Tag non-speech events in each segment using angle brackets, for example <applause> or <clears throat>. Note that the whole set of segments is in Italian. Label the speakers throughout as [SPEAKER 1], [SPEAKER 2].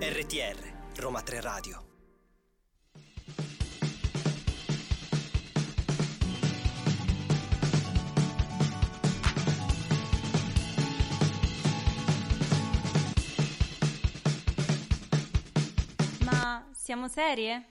[SPEAKER 1] RTR, Roma 3 Radio.
[SPEAKER 2] Ma siamo serie?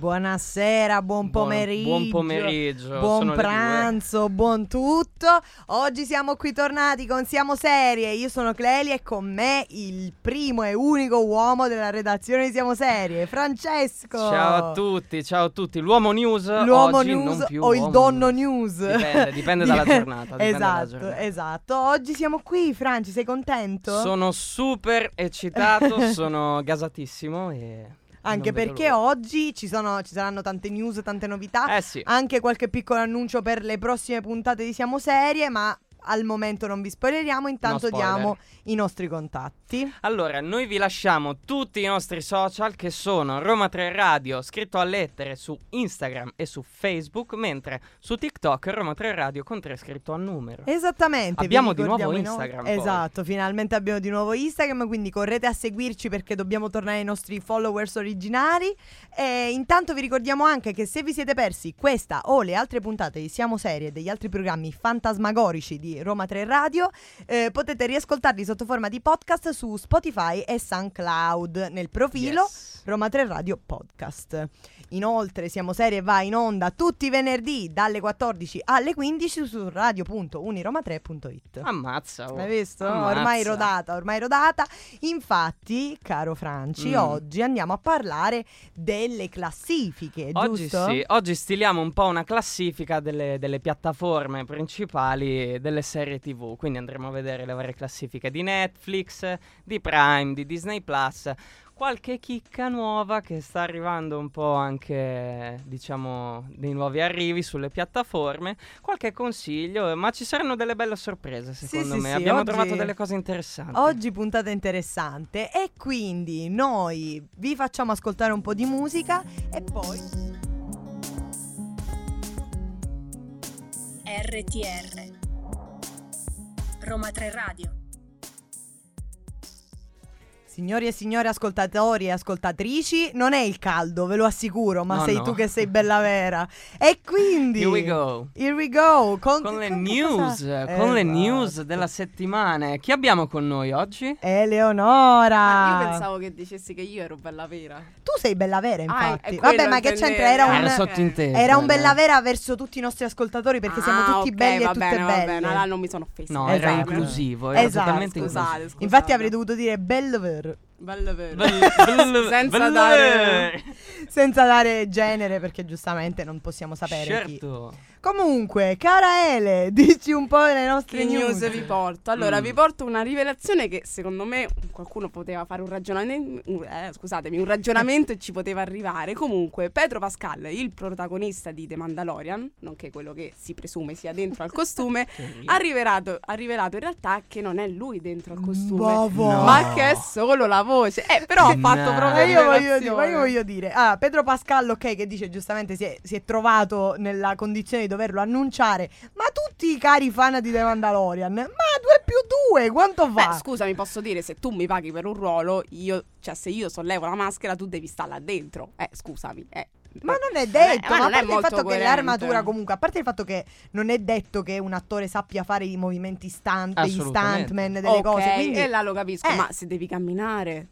[SPEAKER 3] Buonasera, buon
[SPEAKER 4] Buon-
[SPEAKER 3] pomeriggio.
[SPEAKER 4] Buon pomeriggio.
[SPEAKER 3] buon
[SPEAKER 4] sono le due.
[SPEAKER 3] pranzo, buon tutto. Oggi siamo qui tornati con Siamo Serie. Io sono Cleli e con me il primo e unico uomo della redazione di Siamo Serie, Francesco.
[SPEAKER 4] Ciao a tutti, ciao a tutti. L'uomo news
[SPEAKER 3] L'uomo
[SPEAKER 4] oggi
[SPEAKER 3] news
[SPEAKER 4] non più
[SPEAKER 3] o il
[SPEAKER 4] uomo
[SPEAKER 3] donno news.
[SPEAKER 4] Dipende, dipende dalla giornata, dipende
[SPEAKER 3] esatto,
[SPEAKER 4] dalla giornata.
[SPEAKER 3] esatto. Oggi siamo qui, Franci, sei contento?
[SPEAKER 4] Sono super eccitato,
[SPEAKER 3] <laughs>
[SPEAKER 4] sono gasatissimo e
[SPEAKER 3] Anche
[SPEAKER 4] non vedo
[SPEAKER 3] perché
[SPEAKER 4] l'ora.
[SPEAKER 3] oggi ci, sono- ci saranno tante news, tante novità.
[SPEAKER 4] Eh sì.
[SPEAKER 3] anche qualche piccolo annuncio per le prossime puntate di Siamo Serie, ma al momento non vi spoileriamo, intanto
[SPEAKER 4] No spoiler.
[SPEAKER 3] diamo i nostri contatti.
[SPEAKER 4] Allora, noi vi lasciamo tutti i nostri social che sono Roma 3 Radio, scritto a lettere su Instagram e su Facebook, mentre su TikTok Roma 3 Radio con 3 scritto a numero.
[SPEAKER 3] Esattamente. vi
[SPEAKER 4] Abbiamo di
[SPEAKER 3] ricordiamo i
[SPEAKER 4] nuovo
[SPEAKER 3] nostri-
[SPEAKER 4] Instagram, poi.
[SPEAKER 3] Esatto, finalmente abbiamo di nuovo Instagram, quindi correte a seguirci perché dobbiamo tornare ai nostri followers originali. E intanto vi ricordiamo anche che se vi siete persi questa o le altre puntate di Siamo Serie e degli altri programmi fantasmagorici di Roma 3 Radio, eh, potete riascoltarli sotto forma di podcast su Spotify e SoundCloud nel profilo
[SPEAKER 4] Yes.
[SPEAKER 3] Roma 3 Radio Podcast. Inoltre siamo serie va in onda tutti i venerdì dalle 14 alle 15 su radio.uniroma3.it.
[SPEAKER 4] Ammazza. oh.
[SPEAKER 3] Hai visto?
[SPEAKER 4] Ammazza.
[SPEAKER 3] Ormai rodata, ormai rodata. Infatti, caro Franci,
[SPEAKER 4] Mm.
[SPEAKER 3] oggi andiamo a parlare delle classifiche,
[SPEAKER 4] Oggi
[SPEAKER 3] giusto?
[SPEAKER 4] sì, oggi stiliamo un po' una classifica delle, delle piattaforme principali delle serie TV, quindi andremo a vedere le varie classifiche di Netflix, di Prime, di Disney Plus, qualche chicca nuova che sta arrivando un po' anche, diciamo, dei nuovi arrivi sulle piattaforme, qualche consiglio, eh, ma ci saranno delle belle sorprese
[SPEAKER 3] Sì,
[SPEAKER 4] secondo
[SPEAKER 3] sì,
[SPEAKER 4] me,
[SPEAKER 3] sì,
[SPEAKER 4] abbiamo
[SPEAKER 3] oggi-
[SPEAKER 4] trovato delle cose interessanti.
[SPEAKER 3] Oggi puntata interessante e quindi noi vi facciamo ascoltare un po' di musica e poi
[SPEAKER 2] RTR Roma 3 Radio.
[SPEAKER 3] Signori e signore ascoltatori e ascoltatrici, non è il caldo, ve lo assicuro, ma
[SPEAKER 4] No,
[SPEAKER 3] sei
[SPEAKER 4] no.
[SPEAKER 3] tu che sei bella vera.
[SPEAKER 4] <laughs>
[SPEAKER 3] E quindi...
[SPEAKER 4] Here we go.
[SPEAKER 3] Here we go, Con,
[SPEAKER 4] Con le
[SPEAKER 3] con che
[SPEAKER 4] news,
[SPEAKER 3] cosa-
[SPEAKER 4] con le
[SPEAKER 3] Esatto.
[SPEAKER 4] news della settimana. Chi abbiamo con noi oggi?
[SPEAKER 3] Eleonora!
[SPEAKER 5] Ah, io pensavo che dicessi che io ero bella vera.
[SPEAKER 3] Tu sei bella vera,
[SPEAKER 5] Ah, è- è
[SPEAKER 3] infatti.
[SPEAKER 5] quello
[SPEAKER 3] Vabbè, ma che
[SPEAKER 5] intendevo.
[SPEAKER 3] c'entra? Era
[SPEAKER 5] Ah,
[SPEAKER 3] un...
[SPEAKER 4] Era
[SPEAKER 5] so-
[SPEAKER 4] sottinteso.
[SPEAKER 3] Era un
[SPEAKER 4] dai.
[SPEAKER 3] bella vera verso tutti i nostri ascoltatori perché siamo
[SPEAKER 5] Ah,
[SPEAKER 3] tutti
[SPEAKER 5] ok,
[SPEAKER 3] belli
[SPEAKER 5] va
[SPEAKER 3] e tutte
[SPEAKER 5] bene, va
[SPEAKER 3] belle.
[SPEAKER 5] bene. Allora non mi sono offesa.
[SPEAKER 4] No,
[SPEAKER 3] Esatto.
[SPEAKER 4] era inclusivo, era
[SPEAKER 3] Esatto,
[SPEAKER 4] totalmente
[SPEAKER 5] Scusate, scusate.
[SPEAKER 3] Infatti avrei dovuto dire bello ver,
[SPEAKER 5] Bella vera.
[SPEAKER 4] inclusivo.
[SPEAKER 5] <laughs> Senza dare-
[SPEAKER 3] senza dare genere perché giustamente non possiamo sapere chi.
[SPEAKER 4] Certo.
[SPEAKER 3] Comunque, cara Ele, <laughs> dici un po' le nostre
[SPEAKER 5] Che news vi porto? Allora,
[SPEAKER 4] Mm.
[SPEAKER 5] vi porto una rivelazione che secondo me qualcuno poteva fare un ragionamento. scusatemi, un ragionamento e ci poteva arrivare. Comunque, Pedro Pascal, il protagonista di The Mandalorian, nonché quello che si presume sia dentro al costume, ha rivelato, ha rivelato in realtà che non è lui dentro al costume.
[SPEAKER 3] Ma va.
[SPEAKER 5] Ma che è solo la voce. Eh, però ha fatto
[SPEAKER 4] No.
[SPEAKER 3] Ma
[SPEAKER 5] proprio
[SPEAKER 3] io, voglio dire,
[SPEAKER 5] rivelazione.
[SPEAKER 3] ma io voglio dire, ah, Pedro Pascal, ok, che dice giustamente si è, si è trovato nella condizione di doverlo annunciare, ma tutti i cari fan di The Mandalorian, ma 2 più 2, quanto
[SPEAKER 5] Beh,
[SPEAKER 3] va?
[SPEAKER 5] scusami, posso dire, se tu mi paghi per un ruolo, io, cioè, se io sollevo la maschera, tu devi stare là dentro. Eh, scusami. eh.
[SPEAKER 3] ma non è
[SPEAKER 5] Eh,
[SPEAKER 3] detto,
[SPEAKER 5] ma
[SPEAKER 3] ma, a
[SPEAKER 5] non è
[SPEAKER 3] parte il
[SPEAKER 5] molto
[SPEAKER 3] fatto che
[SPEAKER 5] coerente.
[SPEAKER 3] l'armatura comunque, a parte il fatto che non è detto che un attore sappia fare i movimenti stunt, degli
[SPEAKER 4] Assolutamente.
[SPEAKER 3] stuntman, delle
[SPEAKER 5] Ok,
[SPEAKER 3] cose, quindi...
[SPEAKER 5] e là lo capisco,
[SPEAKER 3] Eh.
[SPEAKER 5] ma se devi camminare,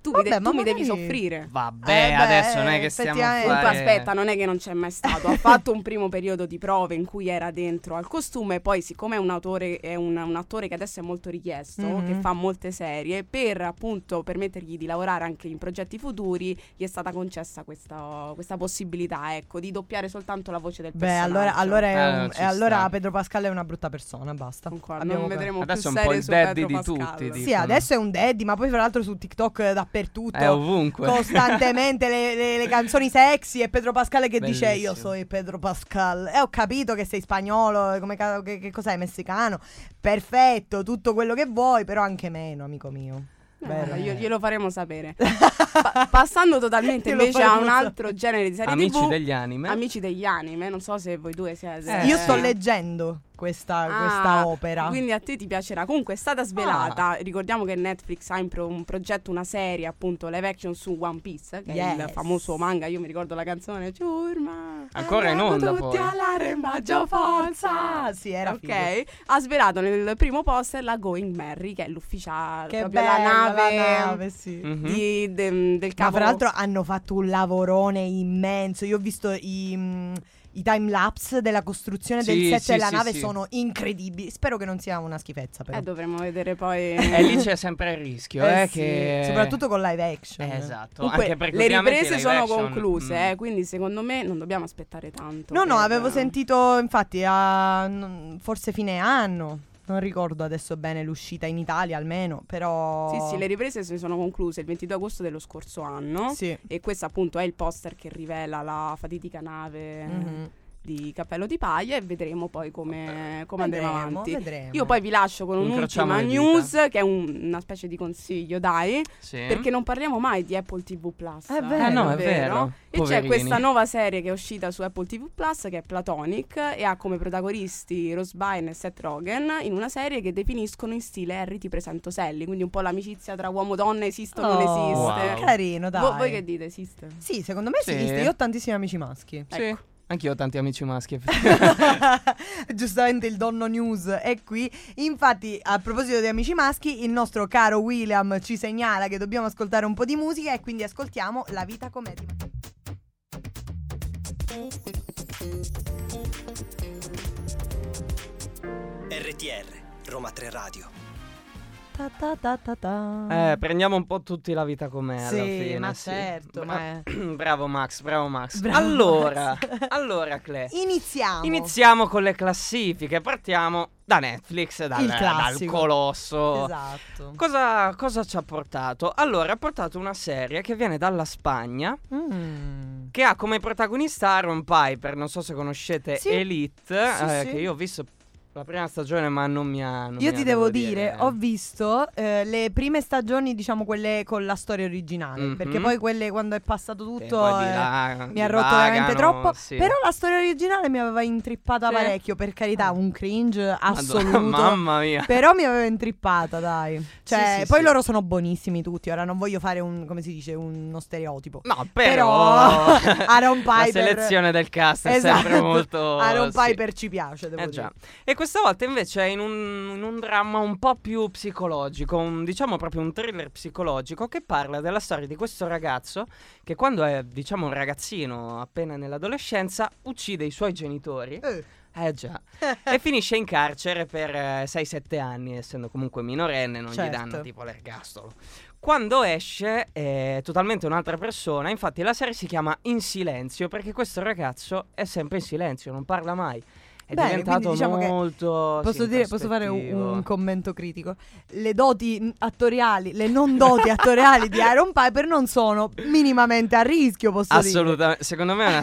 [SPEAKER 5] tu,
[SPEAKER 3] Vabbè,
[SPEAKER 5] mi, de-
[SPEAKER 3] ma
[SPEAKER 5] tu mi devi
[SPEAKER 3] magari-
[SPEAKER 5] soffrire.
[SPEAKER 4] Vabbè,
[SPEAKER 3] Eh, beh,
[SPEAKER 4] adesso non è che stiamo a
[SPEAKER 3] effettivamente.
[SPEAKER 4] fare...
[SPEAKER 5] Comunque aspetta, non è che non c'è mai stato. Ha fatto un primo periodo di prove in cui era dentro al costume. Poi, siccome è un, autore- è un- un attore che adesso è molto richiesto,
[SPEAKER 4] Mm-hmm.
[SPEAKER 3] Mhm.
[SPEAKER 5] che fa molte serie, per appunto permettergli di lavorare anche in progetti futuri, gli è stata concessa questa, questa possibilità, ecco, di doppiare soltanto la voce del
[SPEAKER 3] Beh,
[SPEAKER 5] personaggio.
[SPEAKER 3] allora, allora, è
[SPEAKER 4] Eh,
[SPEAKER 3] un-
[SPEAKER 4] ci
[SPEAKER 3] e allora
[SPEAKER 4] sta.
[SPEAKER 3] Pedro Pascal è una brutta persona, basta.
[SPEAKER 5] Con qua
[SPEAKER 3] Abbiamo-
[SPEAKER 5] non vedremo
[SPEAKER 4] Adesso è
[SPEAKER 5] più
[SPEAKER 4] un po'
[SPEAKER 5] serie
[SPEAKER 4] il
[SPEAKER 5] su
[SPEAKER 4] daddy
[SPEAKER 5] Pedro
[SPEAKER 4] di
[SPEAKER 5] Pascal.
[SPEAKER 4] tutti,
[SPEAKER 3] Sì,
[SPEAKER 4] dicono.
[SPEAKER 3] adesso è un daddy, ma poi fra l'altro su TikTok eh, dappertutto.
[SPEAKER 4] È ovunque.
[SPEAKER 3] Costantemente le, le- le canzoni sexy e Pedro Pascal che dice
[SPEAKER 4] Bellissimo.
[SPEAKER 3] io sono Pedro Pascal. E ho capito che sei spagnolo, come ca- che, che cos'è, messicano. Perfetto, tutto quello che vuoi, però anche meno, amico mio.
[SPEAKER 5] Eh,
[SPEAKER 3] Vero.
[SPEAKER 5] guarda, io- glielo
[SPEAKER 4] <laughs>
[SPEAKER 5] faremo sapere. Pa- passando totalmente
[SPEAKER 3] Glielo
[SPEAKER 5] invece a un
[SPEAKER 3] faremo sapere.
[SPEAKER 5] altro genere Cioè, di serie
[SPEAKER 4] Amici
[SPEAKER 5] TV,
[SPEAKER 4] degli anime.
[SPEAKER 5] Amici degli anime, non so se voi due siete.
[SPEAKER 4] Eh,
[SPEAKER 3] Io
[SPEAKER 4] sì.
[SPEAKER 3] sto leggendo. questa,
[SPEAKER 5] Ah,
[SPEAKER 3] questa opera. Ah.
[SPEAKER 5] Quindi a te ti piacerà. Comunque è stata svelata. Ricordiamo che Netflix ha in pro- un progetto, una serie appunto live action su One Piece, che è il
[SPEAKER 3] Yes.
[SPEAKER 5] famoso manga. Io mi ricordo la canzone Ciurma.
[SPEAKER 4] Ancora in
[SPEAKER 5] andiamo
[SPEAKER 4] onda, poi.
[SPEAKER 5] Tutti alla Remaggio Forza.
[SPEAKER 3] Ah, sì, era
[SPEAKER 5] ok,
[SPEAKER 3] figo.
[SPEAKER 5] ha svelato nel primo poster la Going Merry, che è l'ufficiale,
[SPEAKER 3] Che
[SPEAKER 5] proprio
[SPEAKER 3] bella
[SPEAKER 5] la nave,
[SPEAKER 3] sì.
[SPEAKER 4] Mhm.
[SPEAKER 5] di- de- del Eh,
[SPEAKER 3] Ma
[SPEAKER 5] capo.
[SPEAKER 3] fra l'altro hanno fatto un lavorone immenso. Io ho visto i, mm, i time lapse della costruzione del
[SPEAKER 4] Sì,
[SPEAKER 3] set
[SPEAKER 4] sì,
[SPEAKER 3] della
[SPEAKER 4] sì,
[SPEAKER 3] nave
[SPEAKER 4] sì.
[SPEAKER 3] sono incredibili. Spero che non sia una schifezza, però.
[SPEAKER 5] eh, dovremmo vedere poi.
[SPEAKER 3] <laughs>
[SPEAKER 4] E lì c'è sempre il rischio, eh,
[SPEAKER 3] Eh sì,
[SPEAKER 4] che...
[SPEAKER 3] Soprattutto con live action.
[SPEAKER 4] Eh, esatto.
[SPEAKER 5] Comunque,
[SPEAKER 4] anche perché
[SPEAKER 5] le
[SPEAKER 4] ultimamente
[SPEAKER 5] riprese
[SPEAKER 4] i
[SPEAKER 5] sono
[SPEAKER 4] live action,
[SPEAKER 5] concluse,
[SPEAKER 4] mm.
[SPEAKER 5] eh, quindi secondo me non dobbiamo aspettare tanto.
[SPEAKER 3] No, no,
[SPEAKER 5] per-
[SPEAKER 3] avevo sentito infatti a non- forse fine anno. Non ricordo adesso bene l'uscita in Italia almeno, però...
[SPEAKER 5] Sì, sì, le riprese si sono concluse il 22 agosto dello scorso anno.
[SPEAKER 3] Sì.
[SPEAKER 5] E questo appunto è il poster che rivela la fatidica nave
[SPEAKER 3] Mhm.
[SPEAKER 5] di Cappello di Paglia e vedremo poi come, come andremo
[SPEAKER 3] Vedremo,
[SPEAKER 5] avanti.
[SPEAKER 3] vedremo.
[SPEAKER 5] Io poi vi lascio con
[SPEAKER 4] Incrociamo
[SPEAKER 5] un'ultima
[SPEAKER 4] le dita.
[SPEAKER 5] news che è un- una specie di consiglio, dai,
[SPEAKER 4] Sì.
[SPEAKER 5] perché non parliamo mai di Apple TV Plus.
[SPEAKER 3] È vero.
[SPEAKER 4] Eh no, è vero.
[SPEAKER 5] E c'è
[SPEAKER 4] poverini.
[SPEAKER 5] questa nuova serie che è uscita su Apple TV Plus che è Platonic e ha come protagonisti Rose Byrne e Seth Rogen in una serie che definiscono in stile Harry ti presento Sally, quindi un po' l'amicizia tra uomo e donna esiste o non
[SPEAKER 3] Oh,
[SPEAKER 5] esiste.
[SPEAKER 4] Wow.
[SPEAKER 3] Carino, dai.
[SPEAKER 5] Vo- voi che dite, esiste?
[SPEAKER 4] Eh.
[SPEAKER 3] Sì, secondo me
[SPEAKER 4] Sì.
[SPEAKER 3] esiste. Io ho tantissimi amici maschi.
[SPEAKER 4] Sì.
[SPEAKER 5] Ecco.
[SPEAKER 4] Anch'io ho tanti amici maschi.
[SPEAKER 3] <laughs> Giustamente il Donno News è qui. Infatti, a proposito di amici maschi, il nostro caro William ci segnala che dobbiamo ascoltare un po' di musica e quindi ascoltiamo La vita com'è. di Matteo.
[SPEAKER 1] RTR, Roma 3 Radio.
[SPEAKER 3] Ta ta ta ta ta.
[SPEAKER 4] eh, prendiamo un po' tutti la vita com'è alla
[SPEAKER 3] Ah. Sì,
[SPEAKER 4] fine.
[SPEAKER 3] ma
[SPEAKER 4] sì.
[SPEAKER 3] certo,
[SPEAKER 4] Bra-
[SPEAKER 3] ma è-
[SPEAKER 4] <clears throat> bravo Max, bravo Max.
[SPEAKER 3] Bravo,
[SPEAKER 4] allora,
[SPEAKER 3] <laughs> Max.
[SPEAKER 4] allora Cle.
[SPEAKER 3] Iniziamo.
[SPEAKER 4] Iniziamo con le classifiche, partiamo da Netflix, dal,
[SPEAKER 3] Il classico.
[SPEAKER 4] dal colosso.
[SPEAKER 3] Esatto.
[SPEAKER 4] Cosa, cosa ci ha portato? Allora, ha portato una serie che viene dalla Spagna,
[SPEAKER 3] Mm.
[SPEAKER 4] che ha come protagonista Aaron Piper, non so se conoscete
[SPEAKER 3] Sì.
[SPEAKER 4] Elite,
[SPEAKER 3] Sì,
[SPEAKER 4] eh,
[SPEAKER 3] sì.
[SPEAKER 4] che io ho visto la prima stagione ma non mi ha... non
[SPEAKER 3] Io
[SPEAKER 4] mi
[SPEAKER 3] ti
[SPEAKER 4] ha,
[SPEAKER 3] devo dire, ho
[SPEAKER 4] eh.
[SPEAKER 3] visto eh, le prime stagioni, diciamo quelle con la storia originale,
[SPEAKER 4] Mhm.
[SPEAKER 3] perché poi quelle quando è passato
[SPEAKER 4] Che
[SPEAKER 3] tutto
[SPEAKER 4] poi di
[SPEAKER 3] eh,
[SPEAKER 4] là
[SPEAKER 3] mi ha rotto
[SPEAKER 4] divagano,
[SPEAKER 3] veramente troppo,
[SPEAKER 4] sì.
[SPEAKER 3] però la storia originale mi aveva intrippata
[SPEAKER 4] Sì.
[SPEAKER 3] parecchio, per carità, un cringe
[SPEAKER 4] Ah. Madonna,
[SPEAKER 3] assoluto.
[SPEAKER 4] Mamma mia.
[SPEAKER 3] Però mi aveva intrippata, dai. Cioè,
[SPEAKER 4] sì,
[SPEAKER 3] poi
[SPEAKER 4] sì.
[SPEAKER 3] loro sono buonissimi tutti, ora non voglio fare un, come si dice, uno stereotipo.
[SPEAKER 4] No,
[SPEAKER 3] Però
[SPEAKER 4] però... <laughs>
[SPEAKER 3] <laughs> Aaron
[SPEAKER 4] La
[SPEAKER 3] Piper-
[SPEAKER 4] selezione del cast è sempre
[SPEAKER 3] Esatto.
[SPEAKER 4] molto...
[SPEAKER 3] Aaron
[SPEAKER 4] sì.
[SPEAKER 3] Piper ci piace, devo
[SPEAKER 4] Eh
[SPEAKER 3] dire.
[SPEAKER 4] già. E questa volta invece è in un, in un dramma un po' più psicologico, un- diciamo proprio un thriller psicologico che parla della storia di questo ragazzo che quando è diciamo un ragazzino appena nell'adolescenza uccide i suoi genitori.
[SPEAKER 3] Eh. <laughs>
[SPEAKER 4] Eh già. e finisce in carcere per eh, 6-7 anni, essendo comunque minorenne, non gli
[SPEAKER 3] Certo.
[SPEAKER 4] danno tipo l'ergastolo. Quando esce è totalmente un'altra persona, infatti la serie si chiama In Silenzio perché questo ragazzo è sempre in silenzio, non parla mai. È
[SPEAKER 3] Bene,
[SPEAKER 4] diventato
[SPEAKER 3] quindi diciamo che
[SPEAKER 4] molto...
[SPEAKER 3] Posso,
[SPEAKER 4] sì,
[SPEAKER 3] dire- posso fare un,
[SPEAKER 4] introspettivo.
[SPEAKER 3] un commento critico? Le doti n- attoriali, le non doti attoriali di Iron Piper non sono minimamente a rischio, posso dire.
[SPEAKER 4] Assolutamente, secondo me
[SPEAKER 3] <laughs>
[SPEAKER 4] è una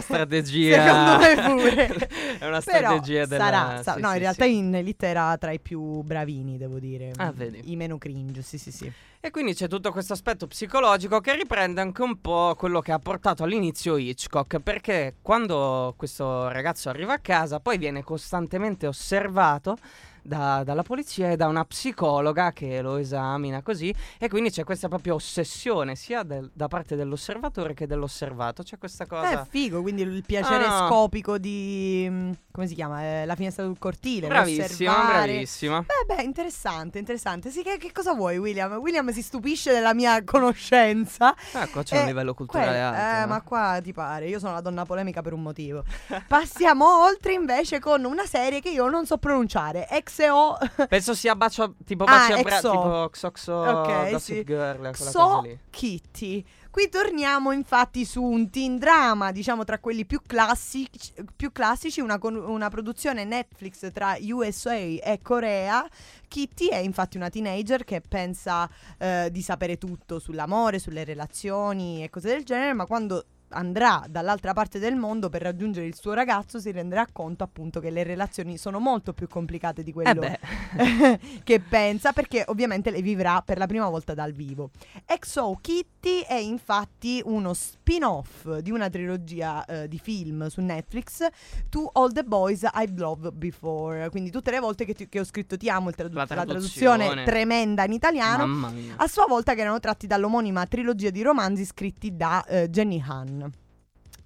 [SPEAKER 3] Secondo
[SPEAKER 4] strategia.
[SPEAKER 3] me pure.
[SPEAKER 4] <laughs> è
[SPEAKER 3] Però
[SPEAKER 4] una strategia della
[SPEAKER 3] sarà, sa-
[SPEAKER 4] sì,
[SPEAKER 3] no,
[SPEAKER 4] sì,
[SPEAKER 3] in realtà
[SPEAKER 4] sì.
[SPEAKER 3] in Elite era tra i più bravini, devo dire.
[SPEAKER 4] Ah, vedi.
[SPEAKER 3] I meno cringe, sì, sì, sì.
[SPEAKER 4] E quindi c'è tutto questo aspetto psicologico che riprende anche un po' quello che ha portato all'inizio Hitchcock, perché quando questo ragazzo arriva a casa poi viene costantemente osservato da- dalla polizia e da una psicologa che lo esamina così e quindi c'è questa proprio ossessione sia del- da parte dell'osservatore che dell'osservato, c'è questa
[SPEAKER 3] È
[SPEAKER 4] cosa...
[SPEAKER 3] Eh, figo, quindi il piacere
[SPEAKER 4] Ah.
[SPEAKER 3] scopico di... mm, come si chiama? Eh, la finestra sul cortile.
[SPEAKER 4] bravissima,
[SPEAKER 3] l'osservare.
[SPEAKER 4] bravissima.
[SPEAKER 3] Beh, beh, interessante, interessante. Sì, che, che cosa vuoi, William? William si stupisce della mia conoscenza.
[SPEAKER 4] Ah, qua c'è un
[SPEAKER 3] Eh,
[SPEAKER 4] livello culturale
[SPEAKER 3] quel-
[SPEAKER 4] alto.
[SPEAKER 3] Eh,
[SPEAKER 4] no?
[SPEAKER 3] ma qua ti pare, io sono la donna polemica per un motivo. Passiamo oltre invece con una serie che io non so pronunciare, XO
[SPEAKER 4] Penso sia bacio, tipo
[SPEAKER 3] Ah,
[SPEAKER 4] bacio a bra-
[SPEAKER 3] Exo.
[SPEAKER 4] tipo Xoxo,
[SPEAKER 3] Ok,
[SPEAKER 4] Gossip
[SPEAKER 3] sì.
[SPEAKER 4] Girl, quella cosa
[SPEAKER 3] XO
[SPEAKER 4] lì.
[SPEAKER 3] Kitty. Qui torniamo infatti su un teen drama, diciamo tra quelli più classici, più classici una, con- una produzione Netflix tra USA e Corea. Kitty è infatti una teenager che pensa eh, di sapere tutto sull'amore, sulle relazioni e cose del genere, ma quando andrà dall'altra parte del mondo per raggiungere il suo ragazzo si renderà conto appunto che le relazioni sono molto più complicate di quello
[SPEAKER 4] Eh beh,
[SPEAKER 3] <laughs> che pensa perché ovviamente le vivrà per la prima volta dal vivo. XO Kitty è infatti uno spin-off di una trilogia eh, di film su Netflix, To All the Boys I Loved Before, quindi tutte le volte che, ti- che ho scritto ti amo, il tradu-
[SPEAKER 4] La
[SPEAKER 3] la,
[SPEAKER 4] traduzione.
[SPEAKER 3] traduzione. tremenda in italiano,
[SPEAKER 4] mamma mia.
[SPEAKER 3] a sua volta che erano tratti dall'omonima trilogia di romanzi scritti da eh, Jenny Han.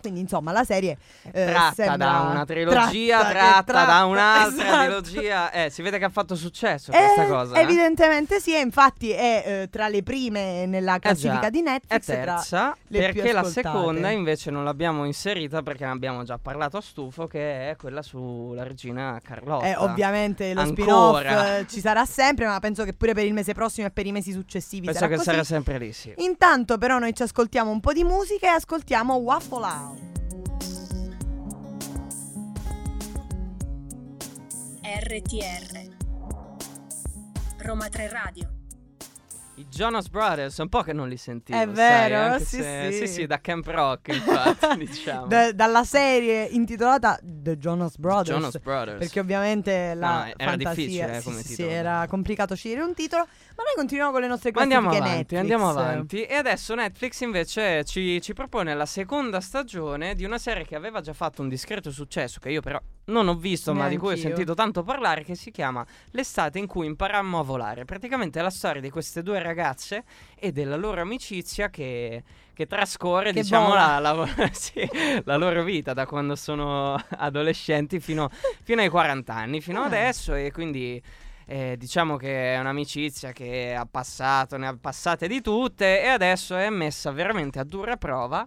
[SPEAKER 3] Quindi insomma la serie eh,
[SPEAKER 4] tratta
[SPEAKER 3] sembra-
[SPEAKER 4] da una trilogia,
[SPEAKER 3] tratta
[SPEAKER 4] tratta,
[SPEAKER 3] che
[SPEAKER 4] da
[SPEAKER 3] tratta,
[SPEAKER 4] un'altra
[SPEAKER 3] esatto.
[SPEAKER 4] trilogia. Eh, si vede che ha fatto successo
[SPEAKER 3] Eh,
[SPEAKER 4] questa cosa. eh.
[SPEAKER 3] Evidentemente sì, e infatti è eh, tra le prime nella
[SPEAKER 4] Eh già,
[SPEAKER 3] classifica di
[SPEAKER 4] È
[SPEAKER 3] Netflix. e tra-
[SPEAKER 4] terza,
[SPEAKER 3] le più
[SPEAKER 4] perché la
[SPEAKER 3] ascoltate.
[SPEAKER 4] seconda invece non l'abbiamo inserita perché ne abbiamo già parlato a stufo, che è quella sulla regina Carlotta.
[SPEAKER 3] eh, ovviamente lo
[SPEAKER 4] Ancora.
[SPEAKER 3] spin-off eh, ci sarà sempre, ma penso che pure per il mese prossimo e per i mesi successivi
[SPEAKER 4] Penso
[SPEAKER 3] sarà
[SPEAKER 4] che
[SPEAKER 3] così.
[SPEAKER 4] sarà sempre lì, sì.
[SPEAKER 3] Intanto però noi ci ascoltiamo un po' di musica e ascoltiamo Waffle Out.
[SPEAKER 2] RTR Roma 3 Radio
[SPEAKER 4] I Jonas Brothers, è un po' che non li sentivo.
[SPEAKER 3] È
[SPEAKER 4] sai,
[SPEAKER 3] vero,
[SPEAKER 4] anche
[SPEAKER 3] sì,
[SPEAKER 4] se-
[SPEAKER 3] sì.
[SPEAKER 4] sì, da Camp Rock,
[SPEAKER 3] <laughs>
[SPEAKER 4] infatti, diciamo.
[SPEAKER 3] Da- dalla serie intitolata The Jonas Brothers.
[SPEAKER 4] Jonas Brothers.
[SPEAKER 3] Perché ovviamente la
[SPEAKER 4] No, era
[SPEAKER 3] fantasia
[SPEAKER 4] difficile, eh,
[SPEAKER 3] sì,
[SPEAKER 4] come
[SPEAKER 3] sì, sì,
[SPEAKER 4] titolo.
[SPEAKER 3] era complicato scegliere un titolo, ma noi continuiamo con le nostre
[SPEAKER 4] Ma andiamo
[SPEAKER 3] classifiche
[SPEAKER 4] avanti,
[SPEAKER 3] Netflix.
[SPEAKER 4] andiamo avanti. E adesso Netflix invece ci, ci propone la seconda stagione di una serie che aveva già fatto un discreto successo, che io però non ho visto, ma di cui ho
[SPEAKER 3] Neanch'io.
[SPEAKER 4] sentito tanto parlare, che si chiama L'estate in cui imparammo a volare. Praticamente è la storia di queste due ragazze e della loro amicizia che, che trascorre,
[SPEAKER 3] Che
[SPEAKER 4] diciamo,
[SPEAKER 3] vola.
[SPEAKER 4] la, la- <laughs> sì, la loro vita da quando sono adolescenti fino, fino ai 40 anni, fino
[SPEAKER 3] Ah.
[SPEAKER 4] adesso, e quindi eh, diciamo che è un'amicizia che ha passato, ne ha passate di tutte e adesso è messa veramente a dura prova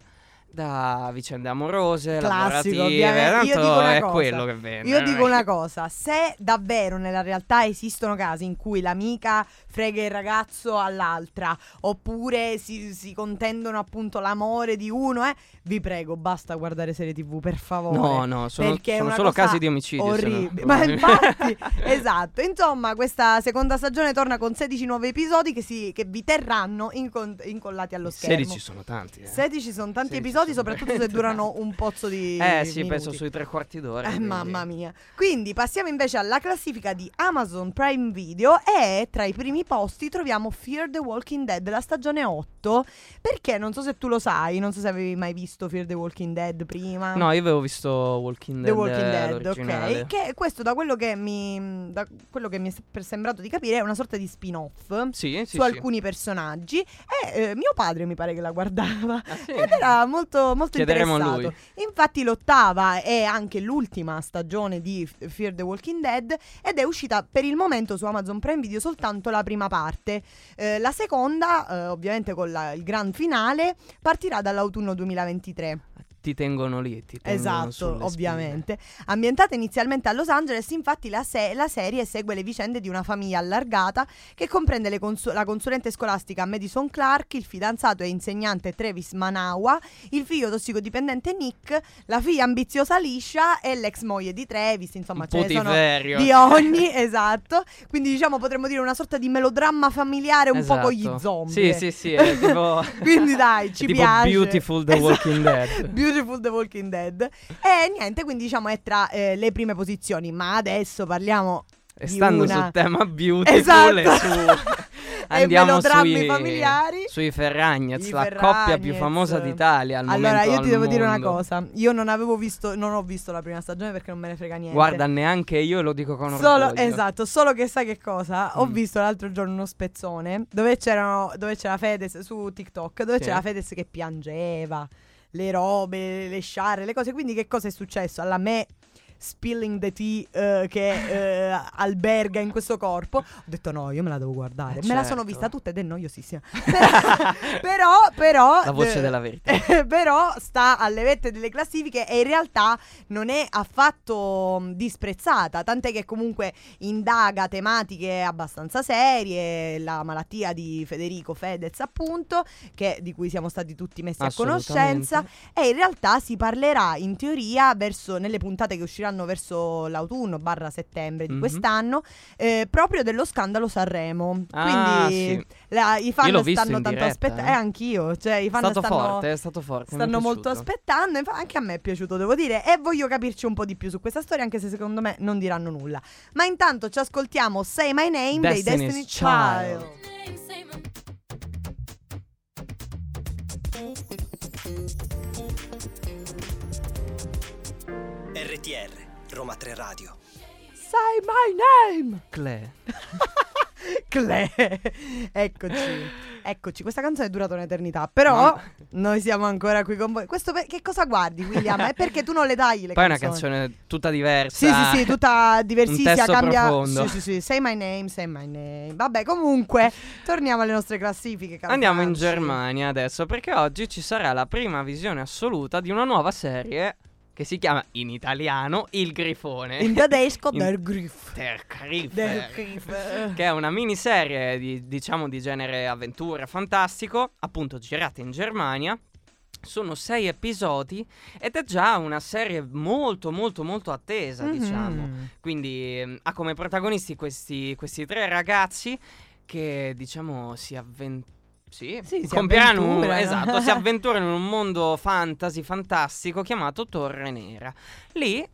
[SPEAKER 4] da vicende amorose,
[SPEAKER 3] Classico,
[SPEAKER 4] lavorative,
[SPEAKER 3] ovviamente. Io
[SPEAKER 4] tanto
[SPEAKER 3] dico una
[SPEAKER 4] è
[SPEAKER 3] cosa.
[SPEAKER 4] quello che vende.
[SPEAKER 3] Io
[SPEAKER 4] non
[SPEAKER 3] dico
[SPEAKER 4] è
[SPEAKER 3] una
[SPEAKER 4] che-
[SPEAKER 3] cosa, se davvero nella realtà esistono casi in cui l'amica frega il ragazzo all'altra, oppure si, si contendono appunto l'amore di uno, eh, vi prego, basta guardare serie tv, per favore.
[SPEAKER 4] <laughs> No, no, sono,
[SPEAKER 3] Perché è
[SPEAKER 4] sono
[SPEAKER 3] una
[SPEAKER 4] solo
[SPEAKER 3] cosa
[SPEAKER 4] casi di omicidio. se no-
[SPEAKER 3] Orribile.
[SPEAKER 4] <laughs>
[SPEAKER 3] Ma infatti, <laughs> esatto. Insomma, questa seconda stagione torna con 16 nuovi episodi che, si- che vi terranno incon- incollati allo schermo.
[SPEAKER 4] 16 sono tanti. Eh.
[SPEAKER 3] 16 sono tanti
[SPEAKER 4] 16
[SPEAKER 3] episodi,
[SPEAKER 4] sono <laughs>
[SPEAKER 3] soprattutto se
[SPEAKER 4] veramente
[SPEAKER 3] durano
[SPEAKER 4] tanti.
[SPEAKER 3] un pozzo di.
[SPEAKER 4] Eh sì,
[SPEAKER 3] minuti.
[SPEAKER 4] penso sui tre quarti d'ora.
[SPEAKER 3] Eh,
[SPEAKER 4] quindi-
[SPEAKER 3] mamma mia. Quindi passiamo invece alla classifica di Amazon Prime Video e tra i primi posti troviamo Fear the Walking Dead, la stagione 8, perché non so se tu lo sai, non so se avevi mai visto Fear the Walking Dead prima.
[SPEAKER 4] No, io avevo visto Walking
[SPEAKER 3] The
[SPEAKER 4] Dead.
[SPEAKER 3] Walking Dead,
[SPEAKER 4] l'originale.
[SPEAKER 3] ok. Che questo da quello che mi da quello che mi è sempre sembrato di capire è una sorta di spin-off
[SPEAKER 4] Sì, sì,
[SPEAKER 3] su
[SPEAKER 4] sì.
[SPEAKER 3] alcuni personaggi e eh, mio padre mi pare che la guardava.
[SPEAKER 4] Ah, sì?
[SPEAKER 3] Ed era molto, molto
[SPEAKER 4] Chiederemo a
[SPEAKER 3] interessato.
[SPEAKER 4] lui.
[SPEAKER 3] Infatti, l'ottava è anche l'ultima stagione di F- Fear the Walking Dead ed è uscita per il momento su Amazon Prime Video soltanto la prima parte. Eh, la seconda, eh, ovviamente con la- il gran finale, partirà dall'autunno 2023.
[SPEAKER 4] Ti tengono lì, ti tengono eh, sulle
[SPEAKER 3] Esatto,
[SPEAKER 4] spine.
[SPEAKER 3] ovviamente. Ambientata inizialmente a Los Angeles, infatti la, se- la serie segue le vicende di una famiglia allargata che comprende le consu- la consulente scolastica Madison Clark, il fidanzato e insegnante Travis Manawa, il figlio tossicodipendente Nick, la figlia ambiziosa Lisha e l'ex moglie di Travis, insomma
[SPEAKER 4] Un
[SPEAKER 3] ce ne sono
[SPEAKER 4] putiferio.
[SPEAKER 3] di ogni, <laughs> esatto. Quindi diciamo potremmo dire una sorta di melodramma familiare un po'
[SPEAKER 4] Esatto.
[SPEAKER 3] con gli zombie.
[SPEAKER 4] Sì, sì, sì,
[SPEAKER 3] <laughs>
[SPEAKER 4] è tipo-
[SPEAKER 3] quindi dai, ci
[SPEAKER 4] è tipo
[SPEAKER 3] piace. Esatto.
[SPEAKER 4] Beautiful The Walking Dead.
[SPEAKER 3] <laughs> Beautiful The Walking Dead. E niente, quindi diciamo è tra eh, le prime posizioni, ma adesso parliamo
[SPEAKER 4] E
[SPEAKER 3] di
[SPEAKER 4] stando
[SPEAKER 3] una-
[SPEAKER 4] sul tema beautiful
[SPEAKER 3] Esatto.
[SPEAKER 4] e
[SPEAKER 3] <laughs>
[SPEAKER 4] su... Andiamo
[SPEAKER 3] melodrammi
[SPEAKER 4] sui,
[SPEAKER 3] familiari.
[SPEAKER 4] sui Ferragnez,
[SPEAKER 3] I
[SPEAKER 4] la coppia più
[SPEAKER 3] Ferragnez.
[SPEAKER 4] famosa d'Italia al
[SPEAKER 3] Allora,
[SPEAKER 4] momento
[SPEAKER 3] io ti
[SPEAKER 4] al
[SPEAKER 3] devo dire una
[SPEAKER 4] mondo.
[SPEAKER 3] cosa. Io non avevo visto, non ho visto la prima stagione perché non me ne frega niente.
[SPEAKER 4] Guarda, neanche io lo dico con
[SPEAKER 3] Solo-
[SPEAKER 4] orgoglio.
[SPEAKER 3] esatto, solo che sai che cosa? Ho
[SPEAKER 4] Mm.
[SPEAKER 3] visto l'altro giorno uno spezzone dove, c'erano, dove c'era Fedez su TikTok, dove
[SPEAKER 4] Sì.
[SPEAKER 3] c'era Fedez che piangeva, le robe, le sciarre, le cose. Quindi che cosa è successo? Alla me spilling the tea eh, che
[SPEAKER 4] <laughs>
[SPEAKER 3] eh, alberga in questo corpo. Ho detto no, io me la devo guardare.
[SPEAKER 4] Eh,
[SPEAKER 3] Me la sono
[SPEAKER 4] certo.
[SPEAKER 3] vista tutta ed è noiosissima. <laughs> però, però, però-
[SPEAKER 4] La voce
[SPEAKER 3] eh,
[SPEAKER 4] della verità.
[SPEAKER 3] <laughs> però sta alle vette delle classifiche e in realtà non è affatto mh, disprezzata, tant'è che comunque indaga tematiche abbastanza serie, la malattia di Federico Fedez appunto, che- di cui siamo stati tutti messi a
[SPEAKER 4] Assolutamente.
[SPEAKER 3] conoscenza e in realtà si parlerà in teoria verso nelle puntate che usciranno usciranno verso l'autunno barra settembre di
[SPEAKER 4] Mhm.
[SPEAKER 3] quest'anno, eh, proprio dello scandalo Sanremo.
[SPEAKER 4] Ah,
[SPEAKER 3] Quindi
[SPEAKER 4] sì.
[SPEAKER 3] la- i fan
[SPEAKER 4] Io l'ho
[SPEAKER 3] stanno
[SPEAKER 4] visto in
[SPEAKER 3] tanto
[SPEAKER 4] diretta,
[SPEAKER 3] aspettando.
[SPEAKER 4] eh.
[SPEAKER 3] Eh, anch'io. Cioè, i
[SPEAKER 4] È
[SPEAKER 3] fan
[SPEAKER 4] stato
[SPEAKER 3] stanno,
[SPEAKER 4] forte, è stato forte. mi è
[SPEAKER 3] stanno molto
[SPEAKER 4] piaciuto.
[SPEAKER 3] aspettando. Infa- Anche a me è piaciuto, devo dire. E voglio capirci un po' di più su questa storia, anche se secondo me non diranno nulla. Ma intanto ci ascoltiamo Say My Name dei
[SPEAKER 4] Destiny's
[SPEAKER 3] Destiny
[SPEAKER 4] Child.
[SPEAKER 3] Child. <laughs>
[SPEAKER 1] RTR Roma 3 Radio.
[SPEAKER 3] Say My Name.
[SPEAKER 4] Cle.
[SPEAKER 3] Cle. Eccoci. Eccoci, questa canzone è durata un'eternità, però
[SPEAKER 4] Mamma-
[SPEAKER 3] noi siamo ancora qui con voi. Questo per- che cosa guardi, William? È perché tu non le tagli le
[SPEAKER 4] Poi è una
[SPEAKER 3] canzoni.
[SPEAKER 4] canzone tutta diversa.
[SPEAKER 3] Sì, sì, sì, tutta
[SPEAKER 4] <laughs> Un
[SPEAKER 3] diversissima,
[SPEAKER 4] testo
[SPEAKER 3] cambia.
[SPEAKER 4] profondo.
[SPEAKER 3] Sì, sì, sì, say my name, say my name. Vabbè, comunque, torniamo alle nostre classifiche. caro
[SPEAKER 4] Andiamo in
[SPEAKER 3] Franci.
[SPEAKER 4] Germania adesso perché oggi ci sarà la prima visione assoluta di una nuova serie che si chiama in italiano Il Grifone.
[SPEAKER 3] In tedesco,
[SPEAKER 4] In-
[SPEAKER 3] der Griff.
[SPEAKER 4] <laughs> Der
[SPEAKER 3] Der
[SPEAKER 4] Griffe.
[SPEAKER 3] Griff.
[SPEAKER 4] Che è una miniserie di, diciamo di genere avventura fantastico, appunto girata in Germania. Sono sei episodi ed è già una serie molto molto molto attesa, diciamo.
[SPEAKER 3] Mhm.
[SPEAKER 4] Quindi ehm, ha come protagonisti questi, questi tre ragazzi che diciamo si avventurano. Sì,
[SPEAKER 3] Sì, si
[SPEAKER 4] compieranno un-
[SPEAKER 3] avventurano. <laughs>
[SPEAKER 4] esatto, si avventurano in un mondo fantasy fantastico chiamato Torre Nera. Lì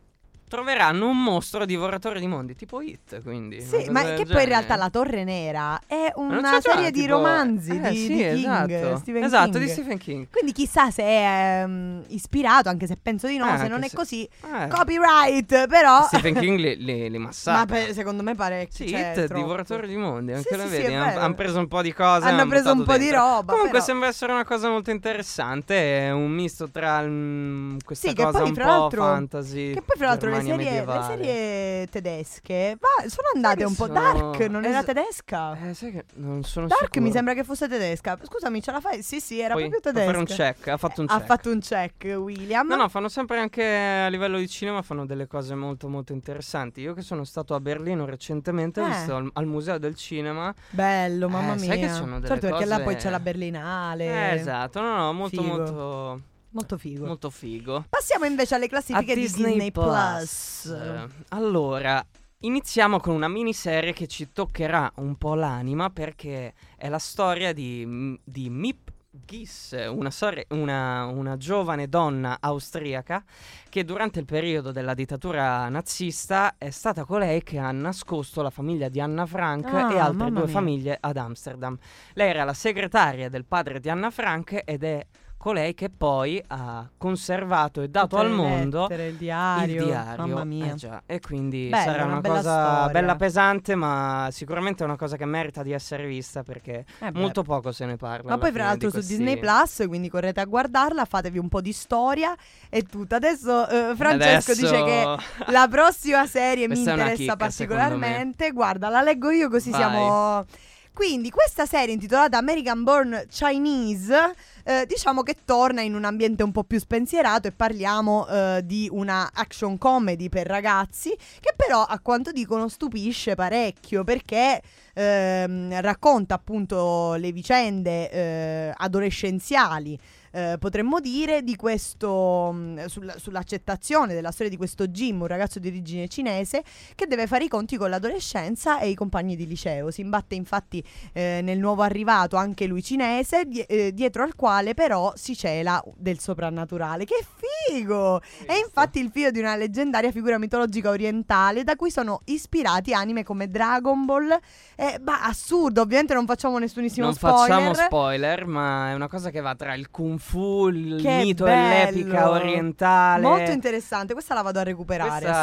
[SPEAKER 4] troveranno un mostro divoratore di mondi, tipo Hit, quindi. una
[SPEAKER 3] Sì,
[SPEAKER 4] cosa
[SPEAKER 3] ma
[SPEAKER 4] del
[SPEAKER 3] che poi in
[SPEAKER 4] genere.
[SPEAKER 3] realtà La Torre Nera è
[SPEAKER 4] Ma non
[SPEAKER 3] una
[SPEAKER 4] c'è già,
[SPEAKER 3] serie di
[SPEAKER 4] tipo-
[SPEAKER 3] romanzi
[SPEAKER 4] eh,
[SPEAKER 3] di,
[SPEAKER 4] sì,
[SPEAKER 3] di King,
[SPEAKER 4] esatto.
[SPEAKER 3] Stephen
[SPEAKER 4] Esatto,
[SPEAKER 3] King.
[SPEAKER 4] di Stephen King.
[SPEAKER 3] Quindi chissà se è ehm, ispirato, anche se penso di no,
[SPEAKER 4] Ah,
[SPEAKER 3] se non
[SPEAKER 4] anche
[SPEAKER 3] è
[SPEAKER 4] se-
[SPEAKER 3] così.
[SPEAKER 4] Eh,
[SPEAKER 3] Copyright, però...
[SPEAKER 4] Stephen King li, li, li massacra.
[SPEAKER 3] Oh. Ma per- secondo me parecchio.
[SPEAKER 4] Sì,
[SPEAKER 3] cioè,
[SPEAKER 4] Hit,
[SPEAKER 3] troppo.
[SPEAKER 4] divoratore di mondi, anche
[SPEAKER 3] Sì,
[SPEAKER 4] lo
[SPEAKER 3] sì, sì,
[SPEAKER 4] vedi,
[SPEAKER 3] è
[SPEAKER 4] han,
[SPEAKER 3] vero.
[SPEAKER 4] han preso un po' di cose.
[SPEAKER 3] Hanno
[SPEAKER 4] han
[SPEAKER 3] preso un
[SPEAKER 4] buttato
[SPEAKER 3] po' di
[SPEAKER 4] dentro.
[SPEAKER 3] roba,
[SPEAKER 4] Comunque
[SPEAKER 3] però.
[SPEAKER 4] sembra essere una cosa molto interessante, è un misto tra mm, questa
[SPEAKER 3] Sì, che
[SPEAKER 4] cosa
[SPEAKER 3] poi,
[SPEAKER 4] un
[SPEAKER 3] fra
[SPEAKER 4] po'
[SPEAKER 3] l'altro-
[SPEAKER 4] fantasy.
[SPEAKER 3] Che poi, fra l'altro, le
[SPEAKER 4] Germania
[SPEAKER 3] serie, le
[SPEAKER 4] medievale.
[SPEAKER 3] serie tedesche va- sono andate
[SPEAKER 4] che
[SPEAKER 3] un po'
[SPEAKER 4] sono-
[SPEAKER 3] dark. Non era
[SPEAKER 4] es-
[SPEAKER 3] tedesca?
[SPEAKER 4] Eh, sai che non sono
[SPEAKER 3] dark
[SPEAKER 4] sicuro.
[SPEAKER 3] mi sembra che fosse tedesca. Scusami, ce la fai? Sì, sì, era
[SPEAKER 4] Poi,
[SPEAKER 3] proprio
[SPEAKER 4] può
[SPEAKER 3] tedesca. Eh,
[SPEAKER 4] fare un check, ha fatto un
[SPEAKER 3] Ha
[SPEAKER 4] check.
[SPEAKER 3] fatto un check, William.
[SPEAKER 4] No, no, fanno sempre anche a livello di cinema, fanno delle cose molto molto interessanti. Io che sono stato a Berlino recentemente, ho
[SPEAKER 3] Eh.
[SPEAKER 4] visto al, al Museo del Cinema.
[SPEAKER 3] Bello, mamma
[SPEAKER 4] Eh,
[SPEAKER 3] mia.
[SPEAKER 4] sai che sono delle
[SPEAKER 3] certo, perché là
[SPEAKER 4] cose-
[SPEAKER 3] poi c'è la Berlinale.
[SPEAKER 4] Eh, esatto, no, no, molto
[SPEAKER 3] Figo.
[SPEAKER 4] molto
[SPEAKER 3] Molto figo.
[SPEAKER 4] molto figo.
[SPEAKER 3] Passiamo invece alle classifiche
[SPEAKER 4] a
[SPEAKER 3] di Disney, Plus.
[SPEAKER 4] Eh, Allora, iniziamo con una miniserie che ci toccherà un po' l'anima perché è la storia di, di Mip Gis, una, storia- una- una giovane donna austriaca che durante il periodo della dittatura nazista è stata colei che ha nascosto la famiglia di Anna Frank
[SPEAKER 3] Ah,
[SPEAKER 4] e altre
[SPEAKER 3] mamma
[SPEAKER 4] due
[SPEAKER 3] mia.
[SPEAKER 4] famiglie ad Amsterdam. Lei era la segretaria del padre di Anna Frank ed è colei che poi ha conservato e dato
[SPEAKER 3] Tutte
[SPEAKER 4] al
[SPEAKER 3] le
[SPEAKER 4] mondo
[SPEAKER 3] lettere, il diario.
[SPEAKER 4] il diario,
[SPEAKER 3] Mamma
[SPEAKER 4] eh
[SPEAKER 3] mia.
[SPEAKER 4] già. e quindi
[SPEAKER 3] Bella,
[SPEAKER 4] sarà
[SPEAKER 3] una
[SPEAKER 4] una,
[SPEAKER 3] bella
[SPEAKER 4] cosa
[SPEAKER 3] storia.
[SPEAKER 4] bella pesante, ma sicuramente è una cosa che merita di essere vista perché
[SPEAKER 3] Eh, beh.
[SPEAKER 4] molto poco se ne parla.
[SPEAKER 3] Ma
[SPEAKER 4] alla
[SPEAKER 3] poi, fra
[SPEAKER 4] fine di
[SPEAKER 3] l'altro, su
[SPEAKER 4] questi-
[SPEAKER 3] Disney Plus, quindi correte a guardarla, fatevi un po' di storia e tutto. Adesso eh, Francesco
[SPEAKER 4] Adesso-
[SPEAKER 3] dice
[SPEAKER 4] <laughs>
[SPEAKER 3] che <laughs> la prossima serie mi
[SPEAKER 4] Questa è una
[SPEAKER 3] interessa
[SPEAKER 4] chicca,
[SPEAKER 3] particolarmente. Guarda, la leggo io così
[SPEAKER 4] Vai.
[SPEAKER 3] siamo. Quindi, questa serie intitolata American Born Chinese, eh, diciamo che torna in un ambiente un po' più spensierato e parliamo eh, di una action comedy per ragazzi che però a quanto dicono stupisce parecchio perché ehm, racconta appunto le vicende eh, adolescenziali. eh, potremmo dire di questo mh, sulla- sull'accettazione della storia di questo Jim, un ragazzo di origine cinese che deve fare i conti con l'adolescenza e i compagni di liceo. Si imbatte infatti eh, nel nuovo arrivato anche lui cinese, die- eh, dietro al quale però si cela del soprannaturale. Che figo! È infatti il figlio di una leggendaria figura mitologica orientale da cui sono ispirati anime come Dragon Ball. Eh, bah, assurdo, ovviamente non facciamo nessunissimo
[SPEAKER 4] Non
[SPEAKER 3] spoiler.
[SPEAKER 4] facciamo spoiler, ma è una cosa che va tra il kung fu, il
[SPEAKER 3] Che
[SPEAKER 4] mito e
[SPEAKER 3] bello.
[SPEAKER 4] l'epica orientale.
[SPEAKER 3] Molto interessante, questa la vado a recuperare.
[SPEAKER 4] Questa sì, è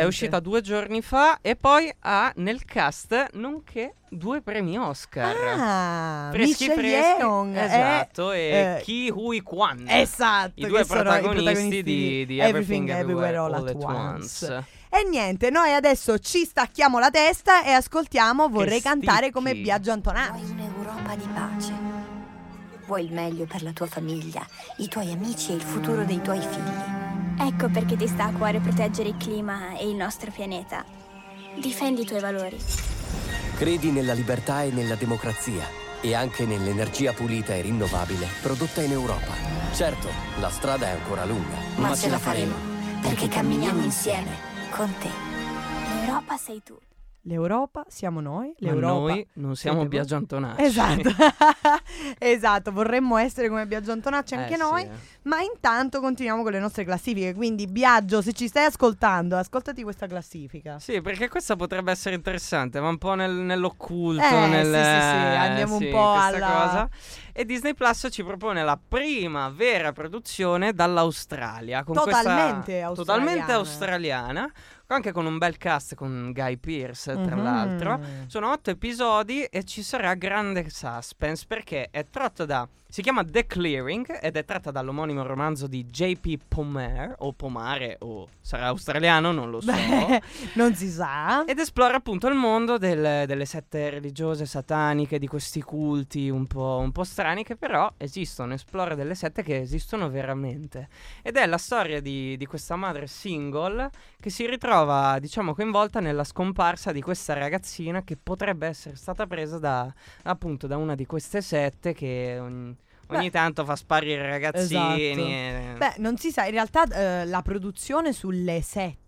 [SPEAKER 3] assolutamente.
[SPEAKER 4] uscita due giorni fa e poi ha nel cast nonché due premi Oscar.
[SPEAKER 3] Ah,
[SPEAKER 4] freschi
[SPEAKER 3] Michelle
[SPEAKER 4] freschi.
[SPEAKER 3] Yeoh è-
[SPEAKER 4] esatto, e
[SPEAKER 3] eh,
[SPEAKER 4] Ki Hui Kwan.
[SPEAKER 3] Esatto,
[SPEAKER 4] I due
[SPEAKER 3] che sono
[SPEAKER 4] protagonisti,
[SPEAKER 3] protagonisti
[SPEAKER 4] di, di Everything, Everywhere, All at
[SPEAKER 3] Once.
[SPEAKER 4] Once.
[SPEAKER 3] E niente, noi adesso ci stacchiamo la testa e ascoltiamo Vorrei
[SPEAKER 4] sticchi.
[SPEAKER 3] cantare come Biagio Antonati.
[SPEAKER 6] Ah. Vuoi un'Europa di pace. Vuoi il meglio per la tua famiglia, i tuoi amici e il futuro dei tuoi figli.
[SPEAKER 7] Ecco perché ti sta a cuore proteggere il clima e il nostro pianeta. Difendi i tuoi valori.
[SPEAKER 8] Credi nella libertà e nella democrazia e anche nell'energia pulita e rinnovabile prodotta in Europa. Certo, la strada è ancora lunga,
[SPEAKER 6] Ma, ce la faremo perché camminiamo insieme con te.
[SPEAKER 7] L'Europa sei tu.
[SPEAKER 3] L'Europa siamo noi,
[SPEAKER 4] Ma
[SPEAKER 3] l'Europa...
[SPEAKER 4] noi non siamo
[SPEAKER 3] siete voi.
[SPEAKER 4] Biagio Antonacci.
[SPEAKER 3] Esatto, <laughs> esatto, vorremmo essere come Biagio Antonacci
[SPEAKER 4] Eh,
[SPEAKER 3] anche
[SPEAKER 4] sì,
[SPEAKER 3] noi,
[SPEAKER 4] eh.
[SPEAKER 3] ma intanto continuiamo con le nostre classifiche, quindi Biagio se ci stai ascoltando, ascoltati questa classifica.
[SPEAKER 4] Sì, perché questa potrebbe essere interessante, va un po' nel- nell'occulto.
[SPEAKER 3] Eh,
[SPEAKER 4] nel-
[SPEAKER 3] sì, sì, sì, andiamo un
[SPEAKER 4] sì,
[SPEAKER 3] po'
[SPEAKER 4] questa
[SPEAKER 3] alla-
[SPEAKER 4] cosa. E Disney Plus ci propone la prima vera produzione dall'Australia. Con questa-
[SPEAKER 3] Totalmente australiana.
[SPEAKER 4] Totalmente australiana, anche con un bel cast con Guy Pearce, tra
[SPEAKER 3] Mhm.
[SPEAKER 4] l'altro. Sono otto episodi e ci sarà grande suspense perché è tratto da. Si chiama The Clearing ed è tratta dall'omonimo romanzo di J.P. Pomer o Pomare o sarà australiano, non lo so.
[SPEAKER 3] Beh, <laughs> non si sa.
[SPEAKER 4] Ed esplora appunto il mondo del- delle sette religiose sataniche, di questi culti un po', un po' strani che però esistono, esplora delle sette che esistono veramente. Ed è la storia di, di questa madre single che si ritrova, diciamo, coinvolta nella scomparsa di questa ragazzina che potrebbe essere stata presa da, appunto, da una di queste sette che ogni, ogni
[SPEAKER 3] Beh.
[SPEAKER 4] tanto fa sparire i ragazzini.
[SPEAKER 3] Esatto.
[SPEAKER 4] e-
[SPEAKER 3] Beh, non si sa, in realtà eh, la produzione sulle sette,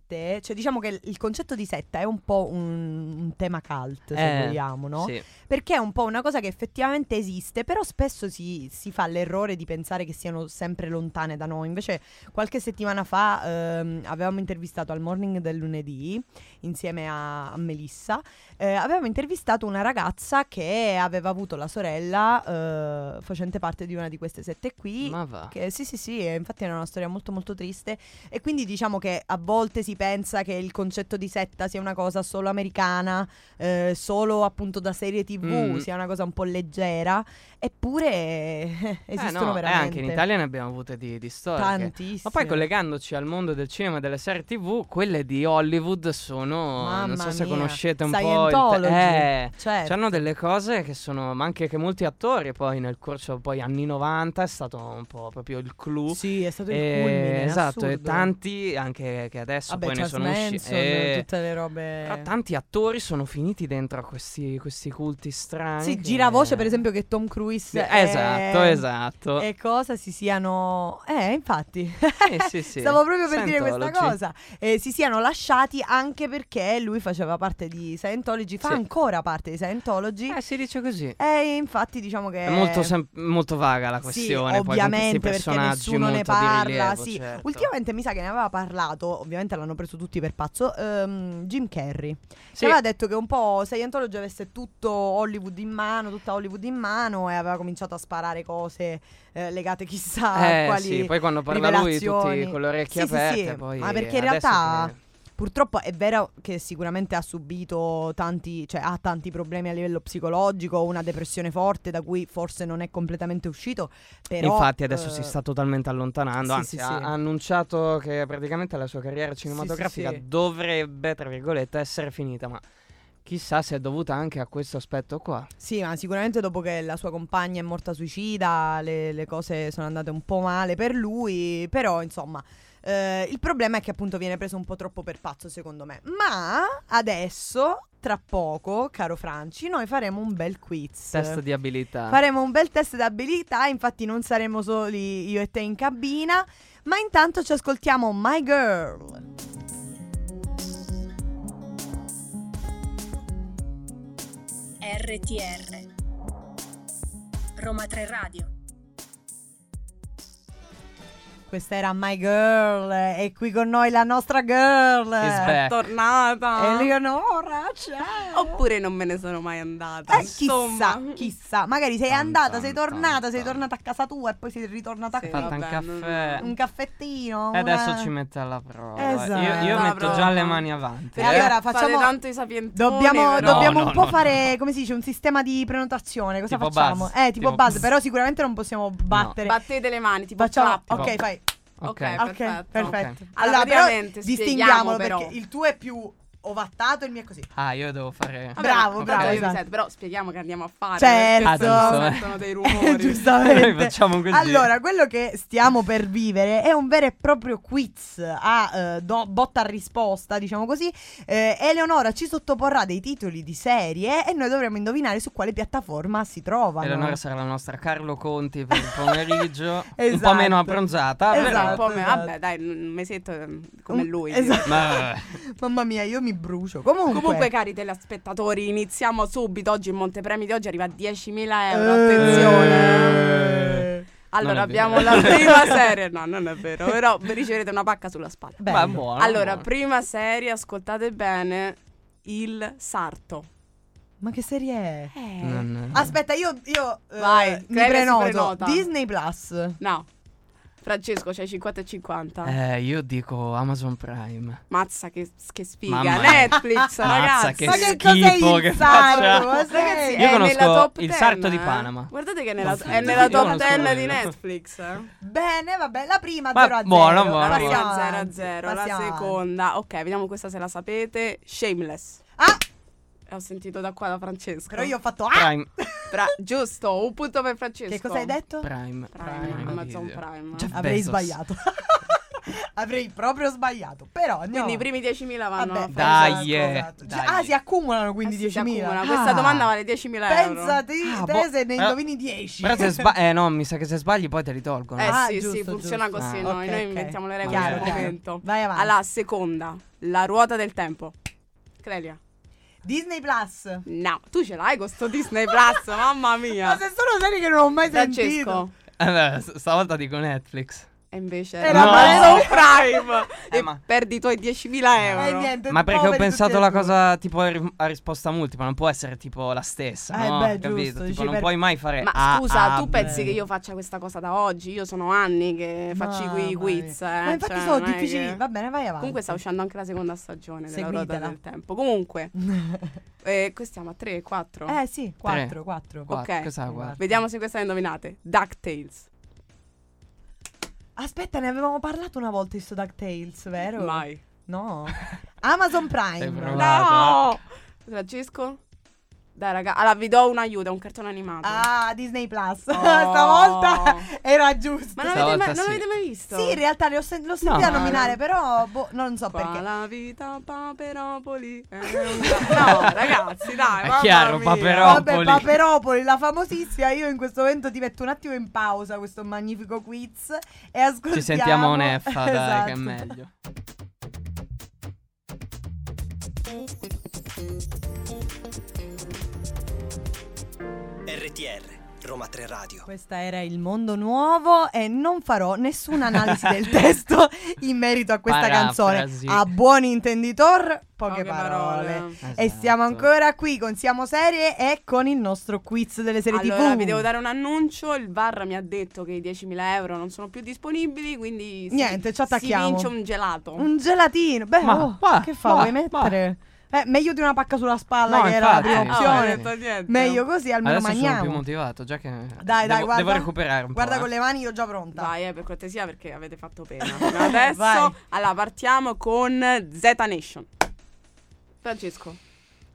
[SPEAKER 3] cioè diciamo che il- il concetto di setta è un po' un, un tema cult, se
[SPEAKER 4] Eh,
[SPEAKER 3] vogliamo, no?
[SPEAKER 4] sì.
[SPEAKER 3] Perché è un po' una cosa che effettivamente esiste, però spesso si, si fa l'errore di pensare che siano sempre lontane da noi. Invece, qualche settimana fa ehm, avevamo intervistato al morning del lunedì, insieme a, a Melissa, eh, avevamo intervistato una ragazza che aveva avuto la sorella eh, facente parte di una di queste sette qui.
[SPEAKER 4] Ma va.
[SPEAKER 3] Che- sì, sì, sì, eh, infatti era una storia molto molto triste e quindi diciamo che a volte si pensa che il concetto di setta sia una cosa solo americana, eh, solo appunto da serie tv,
[SPEAKER 4] Mm.
[SPEAKER 3] sia una cosa un po' leggera, eppure eh,
[SPEAKER 4] Eh,
[SPEAKER 3] esistono
[SPEAKER 4] no, eh,
[SPEAKER 3] veramente.
[SPEAKER 4] anche in Italia ne abbiamo avute di, di storie.
[SPEAKER 3] tantissime.
[SPEAKER 4] Ma poi collegandoci al mondo del cinema e delle serie TV, quelle di Hollywood sono. non so
[SPEAKER 3] Mamma
[SPEAKER 4] se
[SPEAKER 3] mia.
[SPEAKER 4] conoscete un po'. Il
[SPEAKER 3] Scientology.
[SPEAKER 4] te- eh,
[SPEAKER 3] Certo.
[SPEAKER 4] C'hanno delle cose che sono. Ma anche che molti attori poi nel corso poi anni 90 è stato un po' proprio il clou.
[SPEAKER 3] Sì, è stato il
[SPEAKER 4] E-
[SPEAKER 3] culmine, è
[SPEAKER 4] esatto, e
[SPEAKER 3] assurdo.
[SPEAKER 4] tanti anche che adesso
[SPEAKER 3] Vabbè,
[SPEAKER 4] poi ne
[SPEAKER 3] Charles
[SPEAKER 4] sono
[SPEAKER 3] Manson,
[SPEAKER 4] usciti. Eh,
[SPEAKER 3] tutte le robe.
[SPEAKER 4] Però tanti attori sono finiti dentro a questi, questi culti strani.
[SPEAKER 3] Sì,
[SPEAKER 4] che-
[SPEAKER 3] giravoce per esempio eh, che Tom Cruise
[SPEAKER 4] Sì,
[SPEAKER 3] è-
[SPEAKER 4] Esatto, esatto.
[SPEAKER 3] E cosa si siano... Eh, infatti.
[SPEAKER 4] Eh, sì,
[SPEAKER 3] <laughs>
[SPEAKER 4] sì.
[SPEAKER 3] Stavo proprio per dire questa
[SPEAKER 4] Scientology.
[SPEAKER 3] cosa. Eh, si siano lasciati anche perché lui faceva parte di Scientology, fa
[SPEAKER 4] Sì.
[SPEAKER 3] ancora parte di Scientology.
[SPEAKER 4] Eh, si dice così.
[SPEAKER 3] E infatti diciamo che...
[SPEAKER 4] È molto, sem- molto vaga la questione.
[SPEAKER 3] Sì,
[SPEAKER 4] poi, con
[SPEAKER 3] ovviamente,
[SPEAKER 4] questi
[SPEAKER 3] perché
[SPEAKER 4] personaggi
[SPEAKER 3] nessuno
[SPEAKER 4] molto
[SPEAKER 3] ne
[SPEAKER 4] di
[SPEAKER 3] parla.
[SPEAKER 4] rilievo,
[SPEAKER 3] sì.
[SPEAKER 4] certo.
[SPEAKER 3] Ultimamente mi sa che ne aveva parlato, ovviamente l'hanno preso tutti per pazzo, ehm, Jim Carrey.
[SPEAKER 4] Sì.
[SPEAKER 3] Che aveva detto che un po' Scientology avesse tutto Hollywood in mano, tutta Hollywood in mano e aveva cominciato a sparare cose eh, legate chissà a
[SPEAKER 4] Eh,
[SPEAKER 3] quali...
[SPEAKER 4] sì, poi quando parla lui tutti
[SPEAKER 3] rivelazioni.
[SPEAKER 4] con le orecchie
[SPEAKER 3] Sì, sì,
[SPEAKER 4] aperte.
[SPEAKER 3] sì,
[SPEAKER 4] poi
[SPEAKER 3] ma perché in
[SPEAKER 4] adesso
[SPEAKER 3] realtà-
[SPEAKER 4] che-
[SPEAKER 3] Purtroppo è vero che sicuramente ha subito tanti, cioè ha tanti problemi a livello psicologico, una depressione forte da cui forse non è completamente uscito. Però,
[SPEAKER 4] Infatti adesso
[SPEAKER 3] eh,
[SPEAKER 4] si sta totalmente allontanando,
[SPEAKER 3] sì,
[SPEAKER 4] anzi
[SPEAKER 3] sì,
[SPEAKER 4] ha
[SPEAKER 3] sì.
[SPEAKER 4] ha annunciato che praticamente la sua carriera cinematografica
[SPEAKER 3] sì, sì.
[SPEAKER 4] dovrebbe, tra virgolette, essere finita, ma chissà se è dovuta anche a questo aspetto qua.
[SPEAKER 3] Sì, ma sicuramente dopo che la sua compagna è morta suicida, le, le cose sono andate un po' male per lui, però insomma. eh, il problema è che appunto viene preso un po' troppo per pazzo secondo me. Ma adesso, tra poco, caro Franci, noi faremo un bel quiz.
[SPEAKER 4] Test di abilità.
[SPEAKER 3] Faremo un bel test d'abilità, infatti non saremo soli io e te in cabina, ma intanto ci ascoltiamo My Girl.
[SPEAKER 2] RTR Roma 3 Radio
[SPEAKER 3] Questa era My Girl e qui con noi la nostra girl.
[SPEAKER 4] Is back.
[SPEAKER 5] Tornata.
[SPEAKER 3] Eleonora,
[SPEAKER 2] Oh,
[SPEAKER 3] ciao.
[SPEAKER 5] Oppure non me ne sono mai andata.
[SPEAKER 3] Eh, chissà,
[SPEAKER 5] Insomma.
[SPEAKER 3] chissà, magari sei
[SPEAKER 4] Tan,
[SPEAKER 3] andata,
[SPEAKER 4] tan,
[SPEAKER 3] sei
[SPEAKER 4] tan,
[SPEAKER 3] tornata, sei
[SPEAKER 4] tan.
[SPEAKER 3] tornata a casa tua e poi sei ritornata
[SPEAKER 5] Sì,
[SPEAKER 3] qui.
[SPEAKER 4] Fatta un
[SPEAKER 5] vabbè,
[SPEAKER 4] caffè.
[SPEAKER 5] non-
[SPEAKER 3] Un caffettino.
[SPEAKER 4] E adesso
[SPEAKER 3] una-
[SPEAKER 4] ci mette alla prova.
[SPEAKER 3] Esatto.
[SPEAKER 4] Io, io
[SPEAKER 5] Alla
[SPEAKER 4] metto già
[SPEAKER 5] prova.
[SPEAKER 4] le mani avanti.
[SPEAKER 5] Perché
[SPEAKER 4] eh.
[SPEAKER 3] allora,
[SPEAKER 5] fate
[SPEAKER 3] facciamo-
[SPEAKER 5] tanto i sapientoni,
[SPEAKER 3] Dobbiamo,
[SPEAKER 5] però-
[SPEAKER 3] dobbiamo
[SPEAKER 4] No,
[SPEAKER 3] un
[SPEAKER 4] no,
[SPEAKER 3] po'
[SPEAKER 4] no,
[SPEAKER 3] fare, come si dice, un sistema di prenotazione. Cosa
[SPEAKER 4] Tipo
[SPEAKER 3] facciamo?
[SPEAKER 4] Buzz.
[SPEAKER 3] Eh, tipo,
[SPEAKER 4] Tipo
[SPEAKER 3] buzz,
[SPEAKER 4] Buzz.
[SPEAKER 3] però sicuramente non possiamo battere.
[SPEAKER 5] Battete le mani, tipo
[SPEAKER 3] Facciamo.
[SPEAKER 5] clap.
[SPEAKER 3] Ok, fai.
[SPEAKER 4] Ok.
[SPEAKER 5] ok.
[SPEAKER 3] Ok,
[SPEAKER 5] Perfetto.
[SPEAKER 3] perfetto.
[SPEAKER 4] Ok.
[SPEAKER 3] Allora, però
[SPEAKER 5] praticamente,
[SPEAKER 3] distinguiamolo
[SPEAKER 5] spieghiamo,
[SPEAKER 3] perché
[SPEAKER 5] però.
[SPEAKER 3] il tuo è più ovattato, il mio è così.
[SPEAKER 4] Ah, io devo fare.
[SPEAKER 5] Vabbè,
[SPEAKER 3] Bravo,
[SPEAKER 5] ok,
[SPEAKER 4] ok.
[SPEAKER 3] bravo,
[SPEAKER 5] io mi
[SPEAKER 3] esatto.
[SPEAKER 5] sento, però spieghiamo che andiamo a fare.
[SPEAKER 3] Certo.
[SPEAKER 5] perché
[SPEAKER 4] Ah, giusto,
[SPEAKER 5] si sentono dei
[SPEAKER 3] <laughs> Eh,
[SPEAKER 4] <laughs>
[SPEAKER 5] rumori.
[SPEAKER 4] Noi
[SPEAKER 3] Giustamente.
[SPEAKER 4] facciamo così.
[SPEAKER 3] Allora, quello che stiamo per vivere è un vero e proprio quiz a eh, do- botta a risposta, diciamo così. Eh, Eleonora ci sottoporrà dei titoli di serie e noi dovremo indovinare su quale piattaforma si trovano.
[SPEAKER 4] Eleonora sarà la nostra Carlo Conti per il
[SPEAKER 3] <laughs>
[SPEAKER 4] pomeriggio. Un po'
[SPEAKER 3] Esatto.
[SPEAKER 4] meno abbronzata,
[SPEAKER 5] Vabbè,
[SPEAKER 4] però.
[SPEAKER 5] un po' me-
[SPEAKER 3] esatto.
[SPEAKER 5] Vabbè, dai, un mesetto eh, come
[SPEAKER 3] Un-
[SPEAKER 5] lui.
[SPEAKER 3] esatto.
[SPEAKER 4] Ma vabbè.
[SPEAKER 3] Mamma mia, io mi brucio. Comunque, eh,
[SPEAKER 5] Comunque, cari telespettatori, iniziamo subito. Oggi il Montepremi di oggi arriva a 10.000 euro.
[SPEAKER 3] Eh.
[SPEAKER 5] Attenzione. Allora,
[SPEAKER 4] Non è vero.
[SPEAKER 5] abbiamo la prima serie. No, non è vero, però vi riceverete una pacca sulla spalla.
[SPEAKER 3] Bello.
[SPEAKER 4] Ma buono.
[SPEAKER 5] Allora,
[SPEAKER 4] buono.
[SPEAKER 5] prima serie, ascoltate bene. Il sarto.
[SPEAKER 3] Ma che serie è?
[SPEAKER 4] Non-
[SPEAKER 3] Aspetta, io, io eh,
[SPEAKER 5] Eh. Vai,
[SPEAKER 3] mi
[SPEAKER 5] Clelia si
[SPEAKER 3] prenoto
[SPEAKER 5] prenota.
[SPEAKER 3] Disney Plus.
[SPEAKER 5] No. Francesco, c'hai 50 e
[SPEAKER 3] Ah,
[SPEAKER 5] 50.
[SPEAKER 4] Eh, io dico Amazon Prime.
[SPEAKER 5] Mazza, che, che sfiga.
[SPEAKER 4] Mamma.
[SPEAKER 5] Netflix,
[SPEAKER 4] Mazza,
[SPEAKER 5] ragazzi.
[SPEAKER 4] che
[SPEAKER 3] Ma che
[SPEAKER 4] schifo
[SPEAKER 3] cos'è
[SPEAKER 4] che
[SPEAKER 3] il sarto?
[SPEAKER 4] faccia.
[SPEAKER 3] Ma
[SPEAKER 5] Ragazzi,
[SPEAKER 3] sei-
[SPEAKER 4] Io
[SPEAKER 5] è
[SPEAKER 4] conosco
[SPEAKER 5] nella top
[SPEAKER 4] il
[SPEAKER 5] 10,
[SPEAKER 4] sarto di
[SPEAKER 5] eh.
[SPEAKER 4] Panama.
[SPEAKER 5] Guardate che è nella,
[SPEAKER 4] Non
[SPEAKER 5] è
[SPEAKER 4] so.
[SPEAKER 5] nella
[SPEAKER 4] Io
[SPEAKER 5] top
[SPEAKER 4] conosco
[SPEAKER 5] 10 di
[SPEAKER 4] quello.
[SPEAKER 5] Netflix. eh.
[SPEAKER 3] Bene, vabbè, la prima
[SPEAKER 4] Ma
[SPEAKER 3] 0 a 0.
[SPEAKER 4] buono, buono.
[SPEAKER 5] La
[SPEAKER 4] Allora,
[SPEAKER 5] prima
[SPEAKER 3] Passiamo
[SPEAKER 5] 0 a
[SPEAKER 3] avanti,
[SPEAKER 5] 0, la
[SPEAKER 3] passiamo avanti.
[SPEAKER 5] seconda. Ok, vediamo questa se la sapete. Shameless.
[SPEAKER 3] Ah,
[SPEAKER 5] Ho sentito da qua da Francesco.
[SPEAKER 3] però io ho fatto ah!
[SPEAKER 4] Prime.
[SPEAKER 5] Bra- giusto, un punto per Francesco.
[SPEAKER 3] Che cosa hai detto?
[SPEAKER 4] Prime.
[SPEAKER 5] Prime,
[SPEAKER 4] Prime
[SPEAKER 5] Amazon
[SPEAKER 4] Video.
[SPEAKER 5] Prime.
[SPEAKER 4] Jeff
[SPEAKER 3] Avrei
[SPEAKER 4] Bezos.
[SPEAKER 3] sbagliato. <laughs> Avrei proprio sbagliato. Però andiamo.
[SPEAKER 5] Quindi i primi 10.000 vanno
[SPEAKER 3] Vabbè,
[SPEAKER 5] a
[SPEAKER 4] Dai,
[SPEAKER 5] Francesco.
[SPEAKER 4] eh,
[SPEAKER 3] esatto. Cioè,
[SPEAKER 4] dai.
[SPEAKER 3] Ah, si accumulano quindi
[SPEAKER 5] Eh sì, si
[SPEAKER 3] 10.000.
[SPEAKER 5] accumulano.
[SPEAKER 3] <laughs> Ah,
[SPEAKER 5] Questa domanda vale 10.000 euro.
[SPEAKER 3] Pensati,
[SPEAKER 4] Ah,
[SPEAKER 3] te
[SPEAKER 4] boh.
[SPEAKER 3] se ne
[SPEAKER 4] Eh,
[SPEAKER 3] indovini 10.
[SPEAKER 4] Però se sbagli. Eh, no, mi sa che se sbagli poi te li tolgono. <laughs>
[SPEAKER 5] Eh
[SPEAKER 3] Ah,
[SPEAKER 5] sì, sì,
[SPEAKER 3] giusto,
[SPEAKER 5] funziona
[SPEAKER 3] giusto.
[SPEAKER 5] così.
[SPEAKER 3] Ah,
[SPEAKER 5] noi,
[SPEAKER 3] ok,
[SPEAKER 5] noi
[SPEAKER 3] ok.
[SPEAKER 5] inventiamo le regole
[SPEAKER 3] Chiaro,
[SPEAKER 5] al
[SPEAKER 3] chiaro.
[SPEAKER 5] momento.
[SPEAKER 3] Vai avanti.
[SPEAKER 5] Alla seconda, la ruota del tempo. Clelia.
[SPEAKER 3] <laughs> Disney Plus.
[SPEAKER 5] No, tu ce l'hai con sto Disney
[SPEAKER 3] <laughs>
[SPEAKER 5] Plus,
[SPEAKER 3] Ma
[SPEAKER 5] mamma mia.
[SPEAKER 3] se sono serie che non ho mai sentito.
[SPEAKER 5] Francesco.
[SPEAKER 4] Eh, beh, s- stavolta dico Netflix.
[SPEAKER 5] E invece
[SPEAKER 3] Era
[SPEAKER 5] era
[SPEAKER 4] No.
[SPEAKER 5] Amazon Prime.
[SPEAKER 4] Eh,
[SPEAKER 5] e
[SPEAKER 4] ma-
[SPEAKER 5] perdi i tuoi 10.000
[SPEAKER 3] E
[SPEAKER 5] euro.
[SPEAKER 3] Eh, niente,
[SPEAKER 4] Ma perché ho
[SPEAKER 3] poveri tutti
[SPEAKER 4] pensato
[SPEAKER 3] e
[SPEAKER 4] la
[SPEAKER 3] due.
[SPEAKER 4] cosa tipo a, ri- a risposta multipla, non può essere tipo la stessa,
[SPEAKER 3] Eh,
[SPEAKER 4] no?
[SPEAKER 3] beh,
[SPEAKER 4] Capito?
[SPEAKER 3] giusto, dici
[SPEAKER 4] tipo, non
[SPEAKER 3] per-
[SPEAKER 4] puoi mai fare
[SPEAKER 5] Ma
[SPEAKER 4] A,
[SPEAKER 5] scusa,
[SPEAKER 4] A,
[SPEAKER 5] tu
[SPEAKER 4] B.
[SPEAKER 5] pensi che io faccia questa cosa da oggi? Io sono anni che faccio i
[SPEAKER 3] Mamma
[SPEAKER 5] Eh, qui-
[SPEAKER 3] mia.
[SPEAKER 5] quiz. eh,
[SPEAKER 3] Ma infatti
[SPEAKER 5] cioè,
[SPEAKER 3] sono
[SPEAKER 5] non è
[SPEAKER 3] difficili.
[SPEAKER 5] che-
[SPEAKER 3] Va bene, vai avanti.
[SPEAKER 5] Comunque sta uscendo anche la seconda stagione della ruota
[SPEAKER 3] Seguitela.
[SPEAKER 5] del tempo.
[SPEAKER 3] <laughs>
[SPEAKER 5] Comunque, eh, qui stiamo a 3, 4.
[SPEAKER 3] Eh sì, 4, 4.
[SPEAKER 4] Guarda,
[SPEAKER 5] ok.
[SPEAKER 4] questa la guarda.
[SPEAKER 5] Vediamo se questa la indovinate. DuckTales.
[SPEAKER 3] Aspetta, ne avevamo parlato una volta di sto DuckTales, vero?
[SPEAKER 5] Mai.
[SPEAKER 3] No. Amazon
[SPEAKER 4] Sei
[SPEAKER 3] Prime.
[SPEAKER 4] brava.
[SPEAKER 5] No!
[SPEAKER 4] Guarda.
[SPEAKER 5] Francesco? Dai, raga. Allora, vi do un aiuto, è un cartone animato.
[SPEAKER 3] Ah, Disney Plus. <laughs>
[SPEAKER 5] Oh.
[SPEAKER 3] Stavolta era giusto.
[SPEAKER 5] Ma non avete,
[SPEAKER 4] Stavolta
[SPEAKER 5] mai, non
[SPEAKER 4] sì.
[SPEAKER 5] avete mai visto?
[SPEAKER 3] Sì, in realtà le ho sen- l'ho sentita
[SPEAKER 5] No.
[SPEAKER 3] nominare, però boh, non so
[SPEAKER 5] Qua
[SPEAKER 3] perché.
[SPEAKER 5] la vita a Paperopoli.
[SPEAKER 3] <laughs>
[SPEAKER 5] è un- no, ragazzi, dai.
[SPEAKER 4] È
[SPEAKER 5] mamma
[SPEAKER 4] chiaro,
[SPEAKER 5] mia.
[SPEAKER 4] Paperopoli.
[SPEAKER 3] Vabbè, Paperopoli, la famosissima. Io in questo momento ti metto un attimo in pausa questo magnifico quiz e ascoltiamo.
[SPEAKER 4] Ci sentiamo neffa, dai, che è
[SPEAKER 3] Esatto.
[SPEAKER 4] meglio.
[SPEAKER 1] RTR, Roma 3 Radio.
[SPEAKER 3] Questa era il mondo nuovo e non farò nessuna analisi
[SPEAKER 4] <laughs>
[SPEAKER 3] del testo in merito a questa
[SPEAKER 4] Parafrasi.
[SPEAKER 3] canzone. A buon intenditor, poche
[SPEAKER 5] Poche
[SPEAKER 3] parole.
[SPEAKER 5] parole.
[SPEAKER 3] E
[SPEAKER 4] Esatto.
[SPEAKER 3] siamo ancora qui con Siamo Serie e con il nostro quiz delle serie
[SPEAKER 5] Allora,
[SPEAKER 3] TV.
[SPEAKER 5] vi devo dare un annuncio. Il VAR mi ha detto che i 10.000 euro non sono più disponibili. Quindi si-
[SPEAKER 3] Niente, ci attacchiamo.
[SPEAKER 5] Si vince un gelato.
[SPEAKER 3] Un gelatino. Beh,
[SPEAKER 4] Ma-
[SPEAKER 3] oh,
[SPEAKER 4] ma-
[SPEAKER 3] che fa?
[SPEAKER 4] ma-
[SPEAKER 3] Vuoi mettere? Eh, meglio di una pacca sulla spalla
[SPEAKER 4] No,
[SPEAKER 3] che era la
[SPEAKER 4] infatti,
[SPEAKER 3] prima
[SPEAKER 5] Ah,
[SPEAKER 4] infatti.
[SPEAKER 5] non ho
[SPEAKER 3] opzione.
[SPEAKER 5] detto niente.
[SPEAKER 3] Meglio così, almeno
[SPEAKER 4] Adesso sono più
[SPEAKER 3] maniamo.
[SPEAKER 4] motivato, già che
[SPEAKER 3] Dai, dai,
[SPEAKER 4] devo,
[SPEAKER 3] guarda.
[SPEAKER 4] devo recuperare un
[SPEAKER 3] Guarda
[SPEAKER 4] po'. eh.
[SPEAKER 3] con le mani io già pronta.
[SPEAKER 5] Vai, eh, per cortesia, perché avete fatto pena. Fino Adesso,
[SPEAKER 3] Vai.
[SPEAKER 5] allora, partiamo con Z Nation. Francesco.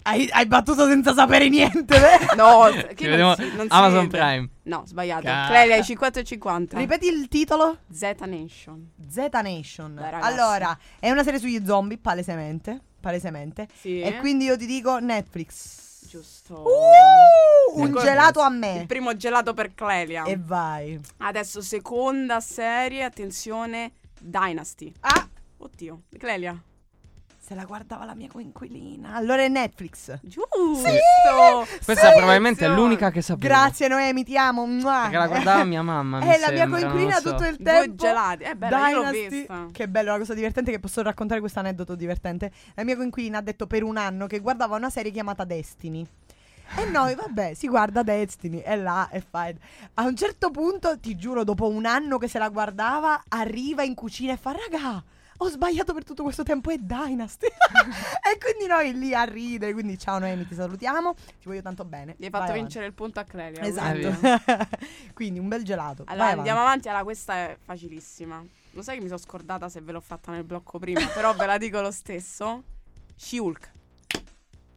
[SPEAKER 3] Hai, hai battuto senza sapere niente,
[SPEAKER 4] <laughs>
[SPEAKER 3] vero?
[SPEAKER 5] No,
[SPEAKER 4] eh.
[SPEAKER 5] che
[SPEAKER 4] Ci
[SPEAKER 5] non
[SPEAKER 4] vediamo
[SPEAKER 5] si- non si
[SPEAKER 4] Amazon
[SPEAKER 5] vede.
[SPEAKER 4] Prime.
[SPEAKER 5] No, sbagliato.
[SPEAKER 4] Ca-
[SPEAKER 5] Clelia hai 50 e 50.
[SPEAKER 3] Ripeti il titolo?
[SPEAKER 5] Z Nation.
[SPEAKER 3] Z Nation.
[SPEAKER 5] Dai, ragazzi.
[SPEAKER 3] allora, è una serie sugli zombie, palesemente. Palesemente.
[SPEAKER 5] Sì.
[SPEAKER 3] E quindi io ti dico Netflix.
[SPEAKER 5] Giusto.
[SPEAKER 3] Uh, un
[SPEAKER 5] Ecco.
[SPEAKER 3] gelato a
[SPEAKER 5] Il
[SPEAKER 3] me.
[SPEAKER 5] primo gelato per Clelia.
[SPEAKER 3] E vai.
[SPEAKER 5] Adesso seconda serie, attenzione, Dynasty.
[SPEAKER 3] Ah,
[SPEAKER 5] Oddio, Clelia.
[SPEAKER 3] se la guardava la mia coinquilina. Allora è Netflix.
[SPEAKER 5] Giusto.
[SPEAKER 4] Questa
[SPEAKER 3] Sì.
[SPEAKER 4] probabilmente è
[SPEAKER 5] attenzione.
[SPEAKER 4] l'unica che sapevo.
[SPEAKER 3] Grazie Noemi, ti amo.
[SPEAKER 4] Perché la guardava
[SPEAKER 3] <laughs>
[SPEAKER 4] mia mamma, mi
[SPEAKER 3] È la mia
[SPEAKER 4] sembra,
[SPEAKER 3] coinquilina
[SPEAKER 4] non so.
[SPEAKER 3] tutto il
[SPEAKER 5] Due
[SPEAKER 3] tempo.
[SPEAKER 5] gelati. Eh, bella, io l'ho
[SPEAKER 3] Dynasty.
[SPEAKER 5] vista.
[SPEAKER 3] Che bello, la cosa divertente è che posso raccontare questo aneddoto divertente. La mia coinquilina ha detto per un anno che guardava una serie chiamata Destiny. E noi, vabbè, si guarda Destiny, è là, è fine. A un certo punto, ti giuro, dopo un anno che se la guardava, arriva in cucina e fa, raga, ho sbagliato per tutto questo tempo, è Dynasty. <laughs> e quindi noi lì a ridere, quindi ciao Noemi, ti salutiamo, ti voglio tanto bene.
[SPEAKER 5] Gli hai fatto
[SPEAKER 3] Vai avanti.
[SPEAKER 5] vincere il punto a Clelia. quindi.
[SPEAKER 3] Esatto. <laughs> Quindi un bel gelato.
[SPEAKER 5] Allora
[SPEAKER 3] Vai
[SPEAKER 5] andiamo
[SPEAKER 3] avanti.
[SPEAKER 5] avanti. Allora, questa è
[SPEAKER 3] <laughs>
[SPEAKER 5] facilissima. Lo sai che mi sono scordata se ve l'ho fatta nel blocco prima, però ve la dico lo stesso. She-Hulk.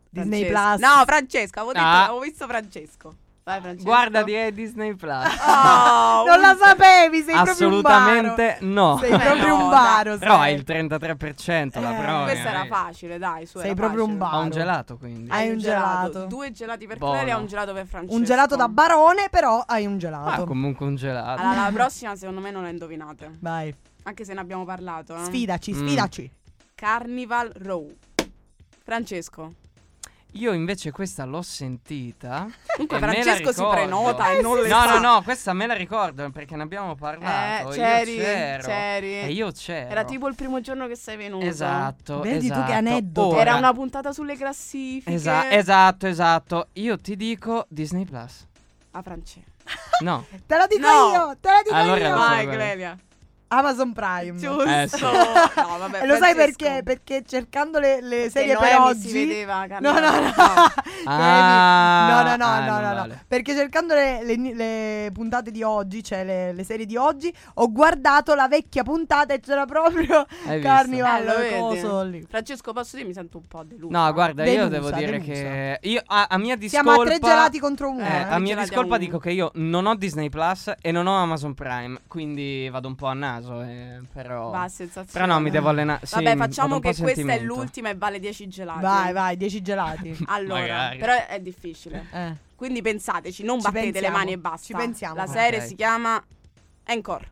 [SPEAKER 3] Disney
[SPEAKER 5] Francesco.
[SPEAKER 3] Plus.
[SPEAKER 5] No, Francesco, avevo, detto,
[SPEAKER 4] Ah.
[SPEAKER 5] avevo visto Francesco. Vai, Francesco.
[SPEAKER 4] Guarda di eh,
[SPEAKER 3] <laughs>
[SPEAKER 4] Disney Plus. <laughs>
[SPEAKER 5] Oh,
[SPEAKER 3] non la
[SPEAKER 5] un-
[SPEAKER 3] sapevi, sei
[SPEAKER 4] Assolutamente no.
[SPEAKER 3] proprio un baro. Sei proprio
[SPEAKER 5] no,
[SPEAKER 3] un
[SPEAKER 5] dai.
[SPEAKER 3] baro.
[SPEAKER 4] <laughs> Però hai
[SPEAKER 3] sei.
[SPEAKER 4] il 33% la
[SPEAKER 3] Eh,
[SPEAKER 4] prova.
[SPEAKER 5] Questa era facile, dai, su,
[SPEAKER 3] Sei
[SPEAKER 5] era
[SPEAKER 3] proprio un
[SPEAKER 5] facile.
[SPEAKER 3] baro.
[SPEAKER 4] Ho un gelato quindi.
[SPEAKER 3] Hai un gelato.
[SPEAKER 5] Due gelati per
[SPEAKER 4] Buono.
[SPEAKER 5] Clelia e un gelato per Francesco.
[SPEAKER 3] Un gelato da barone, però hai un
[SPEAKER 4] Ah,
[SPEAKER 3] gelato.
[SPEAKER 4] comunque un gelato.
[SPEAKER 5] Allora, la prossima secondo me non la indovinate.
[SPEAKER 3] Vai,
[SPEAKER 5] Anche se ne abbiamo parlato. eh.
[SPEAKER 3] sfidaci,
[SPEAKER 4] Mm.
[SPEAKER 3] sfidaci.
[SPEAKER 5] Carnival Row. Francesco.
[SPEAKER 4] Io invece questa l'ho sentita.
[SPEAKER 5] Comunque
[SPEAKER 4] e me la
[SPEAKER 5] Francesco si
[SPEAKER 4] ricordo. Eh
[SPEAKER 5] prenota e non le
[SPEAKER 4] No,
[SPEAKER 5] sa.
[SPEAKER 4] no, no, questa me la ricordo perché ne abbiamo parlato.
[SPEAKER 5] Eh,
[SPEAKER 4] io
[SPEAKER 5] c'eri,
[SPEAKER 4] c'ero.
[SPEAKER 5] c'eri.
[SPEAKER 4] E io c'ero.
[SPEAKER 5] Era tipo il primo giorno che sei venuto.
[SPEAKER 4] Esatto.
[SPEAKER 3] Vedi tu che
[SPEAKER 4] esatto.
[SPEAKER 3] aneddoto.
[SPEAKER 4] Ora-
[SPEAKER 5] Era una puntata sulle classifiche.
[SPEAKER 4] Esa- esatto, esatto. Io ti dico Disney Plus.
[SPEAKER 5] A Francesco.
[SPEAKER 4] No.
[SPEAKER 3] Te la dico
[SPEAKER 5] No.
[SPEAKER 3] io, te la dico
[SPEAKER 4] Allora
[SPEAKER 3] io.
[SPEAKER 4] vai.
[SPEAKER 5] Vai,
[SPEAKER 4] guarda.
[SPEAKER 5] Clelia.
[SPEAKER 3] Amazon Prime.
[SPEAKER 5] Giusto.
[SPEAKER 4] Eh, sì.
[SPEAKER 5] <laughs> No, vabbè,
[SPEAKER 3] e lo sai
[SPEAKER 5] Francesco.
[SPEAKER 3] perché? Perché cercando le, le
[SPEAKER 5] Perché
[SPEAKER 3] serie per
[SPEAKER 5] Noemi
[SPEAKER 3] oggi
[SPEAKER 5] si vedeva
[SPEAKER 3] <laughs> No, no,
[SPEAKER 5] Carnival
[SPEAKER 3] no.
[SPEAKER 5] Row.
[SPEAKER 4] Ah,
[SPEAKER 3] Noemi. no, no, no, no,
[SPEAKER 4] ah, non
[SPEAKER 3] no, no.
[SPEAKER 4] vale.
[SPEAKER 3] Perché cercando le, le- le puntate di oggi, cioè le, le serie di oggi, ho guardato la vecchia puntata e c'era proprio
[SPEAKER 4] Hai visto?
[SPEAKER 3] Carnival
[SPEAKER 5] Eh, lo vedi?
[SPEAKER 3] coso lì.
[SPEAKER 5] Francesco, posso dire mi sento un po' deluso.
[SPEAKER 4] No, guarda, io
[SPEAKER 3] Delusa,
[SPEAKER 4] devo dire
[SPEAKER 3] delusa.
[SPEAKER 4] che io a, a mia discolpa
[SPEAKER 3] Siamo a tre gelati contro uno.
[SPEAKER 4] eh,
[SPEAKER 3] eh.
[SPEAKER 4] a mia
[SPEAKER 5] Gelati a
[SPEAKER 4] discolpa
[SPEAKER 5] uno.
[SPEAKER 4] dico che io non ho Disney Plus e non ho Amazon Prime, quindi vado un po' a naso, eh, però
[SPEAKER 5] Va, sensazione.
[SPEAKER 4] Però no, mi devo allenare. Sì,
[SPEAKER 5] Vabbè,
[SPEAKER 4] mi- vado
[SPEAKER 5] facciamo
[SPEAKER 4] un po'
[SPEAKER 5] che questa è
[SPEAKER 4] sentimento.
[SPEAKER 5] l'ultima e vale 10 gelati.
[SPEAKER 3] Vai, vai, 10
[SPEAKER 5] <laughs>
[SPEAKER 3] gelati.
[SPEAKER 5] Allora,
[SPEAKER 4] Magari.
[SPEAKER 5] però è difficile.
[SPEAKER 3] Eh.
[SPEAKER 5] Quindi pensateci, non
[SPEAKER 3] Ci
[SPEAKER 5] battete
[SPEAKER 3] pensiamo,
[SPEAKER 5] le mani e basta.
[SPEAKER 3] ci pensiamo.
[SPEAKER 5] La serie
[SPEAKER 4] Ok.
[SPEAKER 5] si chiama Encore.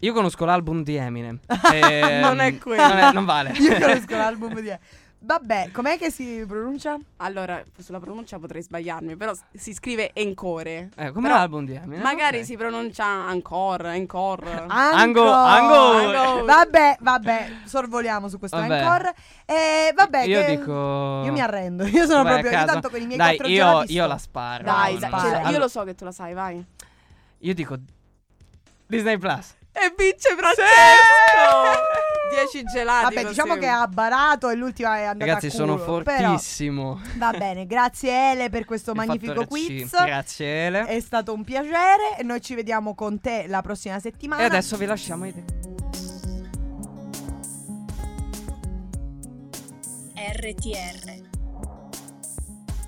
[SPEAKER 4] Io conosco l'album
[SPEAKER 3] <laughs>
[SPEAKER 4] di Eminem. Ehm,
[SPEAKER 5] Non è quello.
[SPEAKER 4] Non, è- non vale.
[SPEAKER 3] Io conosco l'album di Vabbè, com'è che si pronuncia?
[SPEAKER 5] Allora, sulla pronuncia potrei sbagliarmi, però s- si scrive Encore.
[SPEAKER 4] Eh, come
[SPEAKER 5] Però
[SPEAKER 4] l'album di Eminem.
[SPEAKER 5] Magari
[SPEAKER 4] ok.
[SPEAKER 5] si pronuncia Encore, Encore.
[SPEAKER 3] Ah,
[SPEAKER 4] Ango-
[SPEAKER 3] Ancora.
[SPEAKER 5] Ango.
[SPEAKER 3] Vabbè, vabbè, sorvoliamo su questo
[SPEAKER 4] Vabbè.
[SPEAKER 3] ancora. E vabbè,
[SPEAKER 4] Io
[SPEAKER 3] che-
[SPEAKER 4] dico.
[SPEAKER 3] Io mi arrendo. Io sono
[SPEAKER 4] Vai a
[SPEAKER 3] proprio. Io
[SPEAKER 4] caso.
[SPEAKER 3] tanto con i miei
[SPEAKER 4] Dai,
[SPEAKER 3] quattro
[SPEAKER 4] io,
[SPEAKER 3] gelati
[SPEAKER 4] io
[SPEAKER 3] sto.
[SPEAKER 4] la sparo.
[SPEAKER 5] Dai,
[SPEAKER 3] no,
[SPEAKER 5] dai,
[SPEAKER 3] no,
[SPEAKER 5] ce la-
[SPEAKER 3] no.
[SPEAKER 5] io
[SPEAKER 4] Allora,
[SPEAKER 5] lo so che tu la sai, vai.
[SPEAKER 4] io dico Disney Plus.
[SPEAKER 5] E vince Francesco! 10 gelati.
[SPEAKER 3] Vabbè,
[SPEAKER 5] così.
[SPEAKER 3] diciamo che ha barato e l'ultima è andata
[SPEAKER 4] Ragazzi,
[SPEAKER 3] a
[SPEAKER 4] sono
[SPEAKER 3] culo.
[SPEAKER 4] fortissimo.
[SPEAKER 3] Però, va bene, grazie Ele per questo
[SPEAKER 4] Il
[SPEAKER 3] magnifico
[SPEAKER 4] fattore C.
[SPEAKER 3] quiz.
[SPEAKER 4] Grazie, Ele. E,
[SPEAKER 3] È stato un piacere e noi ci vediamo con te la prossima settimana.
[SPEAKER 4] adesso vi lasciamo i
[SPEAKER 2] RTR.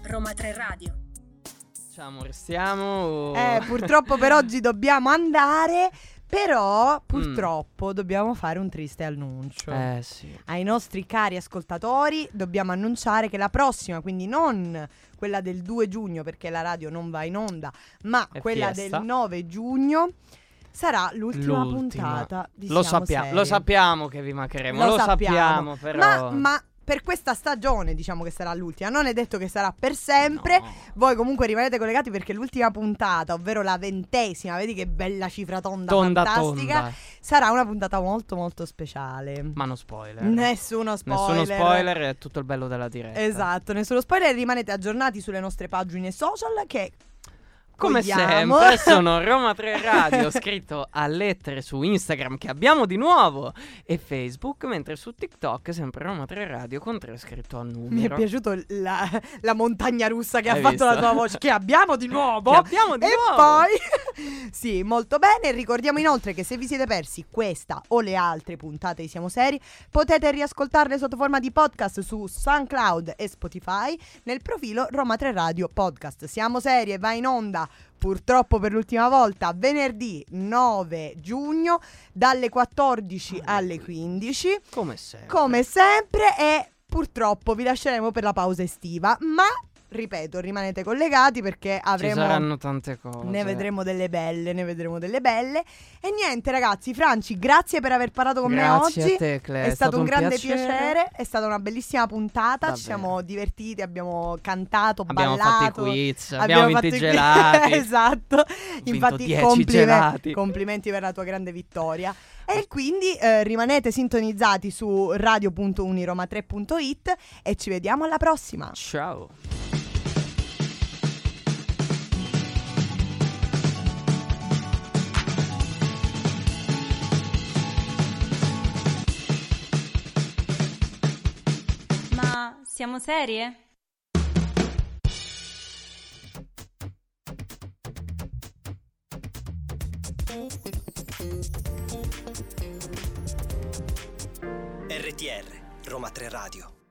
[SPEAKER 2] Roma 3 Radio.
[SPEAKER 4] Facciamo, restiamo. <laughs>
[SPEAKER 3] Eh, purtroppo per oggi dobbiamo andare, però purtroppo dobbiamo fare un triste annuncio.
[SPEAKER 4] Mm. Eh, sì.
[SPEAKER 3] ai nostri cari ascoltatori dobbiamo annunciare che la prossima, quindi non quella del 2 giugno perché la radio non va in onda, ma
[SPEAKER 4] È
[SPEAKER 3] quella
[SPEAKER 4] fiesta.
[SPEAKER 3] del 9 giugno sarà l'ultima,
[SPEAKER 4] L'ultima.
[SPEAKER 3] puntata di
[SPEAKER 4] Lo
[SPEAKER 3] Siamo
[SPEAKER 4] sappiamo,
[SPEAKER 3] Seri.
[SPEAKER 4] lo sappiamo che vi mancheremo, lo, sappiamo, però.
[SPEAKER 3] Ma, ma per questa stagione diciamo che sarà l'ultima, non è detto che sarà per sempre.
[SPEAKER 4] No.
[SPEAKER 3] Voi comunque rimanete collegati perché l'ultima puntata, ovvero la ventesima, vedi che bella cifra tonda,
[SPEAKER 4] Tonda
[SPEAKER 3] fantastica,
[SPEAKER 4] tonda.
[SPEAKER 3] sarà una puntata molto molto speciale.
[SPEAKER 4] Ma non spoiler.
[SPEAKER 3] Nessuno spoiler.
[SPEAKER 4] Nessuno spoiler, è tutto il bello della diretta.
[SPEAKER 3] Esatto, nessuno spoiler, rimanete aggiornati sulle nostre pagine social che
[SPEAKER 4] Come
[SPEAKER 3] vogliamo. <laughs>
[SPEAKER 4] sempre sono Roma 3 Radio, scritto a lettere su Instagram che abbiamo di nuovo e Facebook, mentre su TikTok è sempre Roma 3 Radio con 3 scritto a numero.
[SPEAKER 3] Mi è piaciuto il- la, la montagna russa che ha
[SPEAKER 4] Hai
[SPEAKER 3] fatto la
[SPEAKER 4] visto?
[SPEAKER 3] tua voce, che abbiamo di nuovo.
[SPEAKER 4] Che abbiamo di
[SPEAKER 3] e
[SPEAKER 4] nuovo.
[SPEAKER 3] poi, <laughs> sì, molto bene. Ricordiamo inoltre che se vi siete persi questa o le altre puntate di Siamo Seri, potete riascoltarle sotto forma di podcast su SoundCloud e Spotify nel profilo Roma 3 Radio Podcast. Siamo Seri e va in onda. Purtroppo per l'ultima volta venerdì 9 giugno dalle 14
[SPEAKER 4] Ah,
[SPEAKER 3] alle
[SPEAKER 4] ecco.
[SPEAKER 3] 15.
[SPEAKER 4] Come sempre.
[SPEAKER 3] Come sempre e purtroppo vi lasceremo per la pausa estiva, ma ripeto, rimanete collegati perché
[SPEAKER 4] Ci
[SPEAKER 3] avremo
[SPEAKER 4] saranno tante cose.
[SPEAKER 3] ne vedremo delle belle, ne vedremo delle belle. E niente ragazzi, Franci, grazie per aver parlato con
[SPEAKER 4] Grazie
[SPEAKER 3] me oggi.
[SPEAKER 4] a te, Cle,
[SPEAKER 3] È, stato un grande piacere. è stata una bellissima puntata,
[SPEAKER 4] Davvero.
[SPEAKER 3] ci siamo divertiti, abbiamo cantato,
[SPEAKER 4] Abbiamo
[SPEAKER 3] ballato.
[SPEAKER 4] fatto i quiz, abbiamo, vinto
[SPEAKER 3] <laughs>
[SPEAKER 4] i
[SPEAKER 3] fatto
[SPEAKER 4] gelati.
[SPEAKER 3] esatto.
[SPEAKER 4] vinto
[SPEAKER 3] Infatti
[SPEAKER 4] 10
[SPEAKER 3] complime-
[SPEAKER 4] gelati.
[SPEAKER 3] complimenti per la tua grande vittoria. E quindi eh, rimanete sintonizzati su radio.uniroma3.it e ci vediamo alla prossima.
[SPEAKER 4] Ciao.
[SPEAKER 9] Ma siamo serie?
[SPEAKER 1] RTR Roma 3 Radio.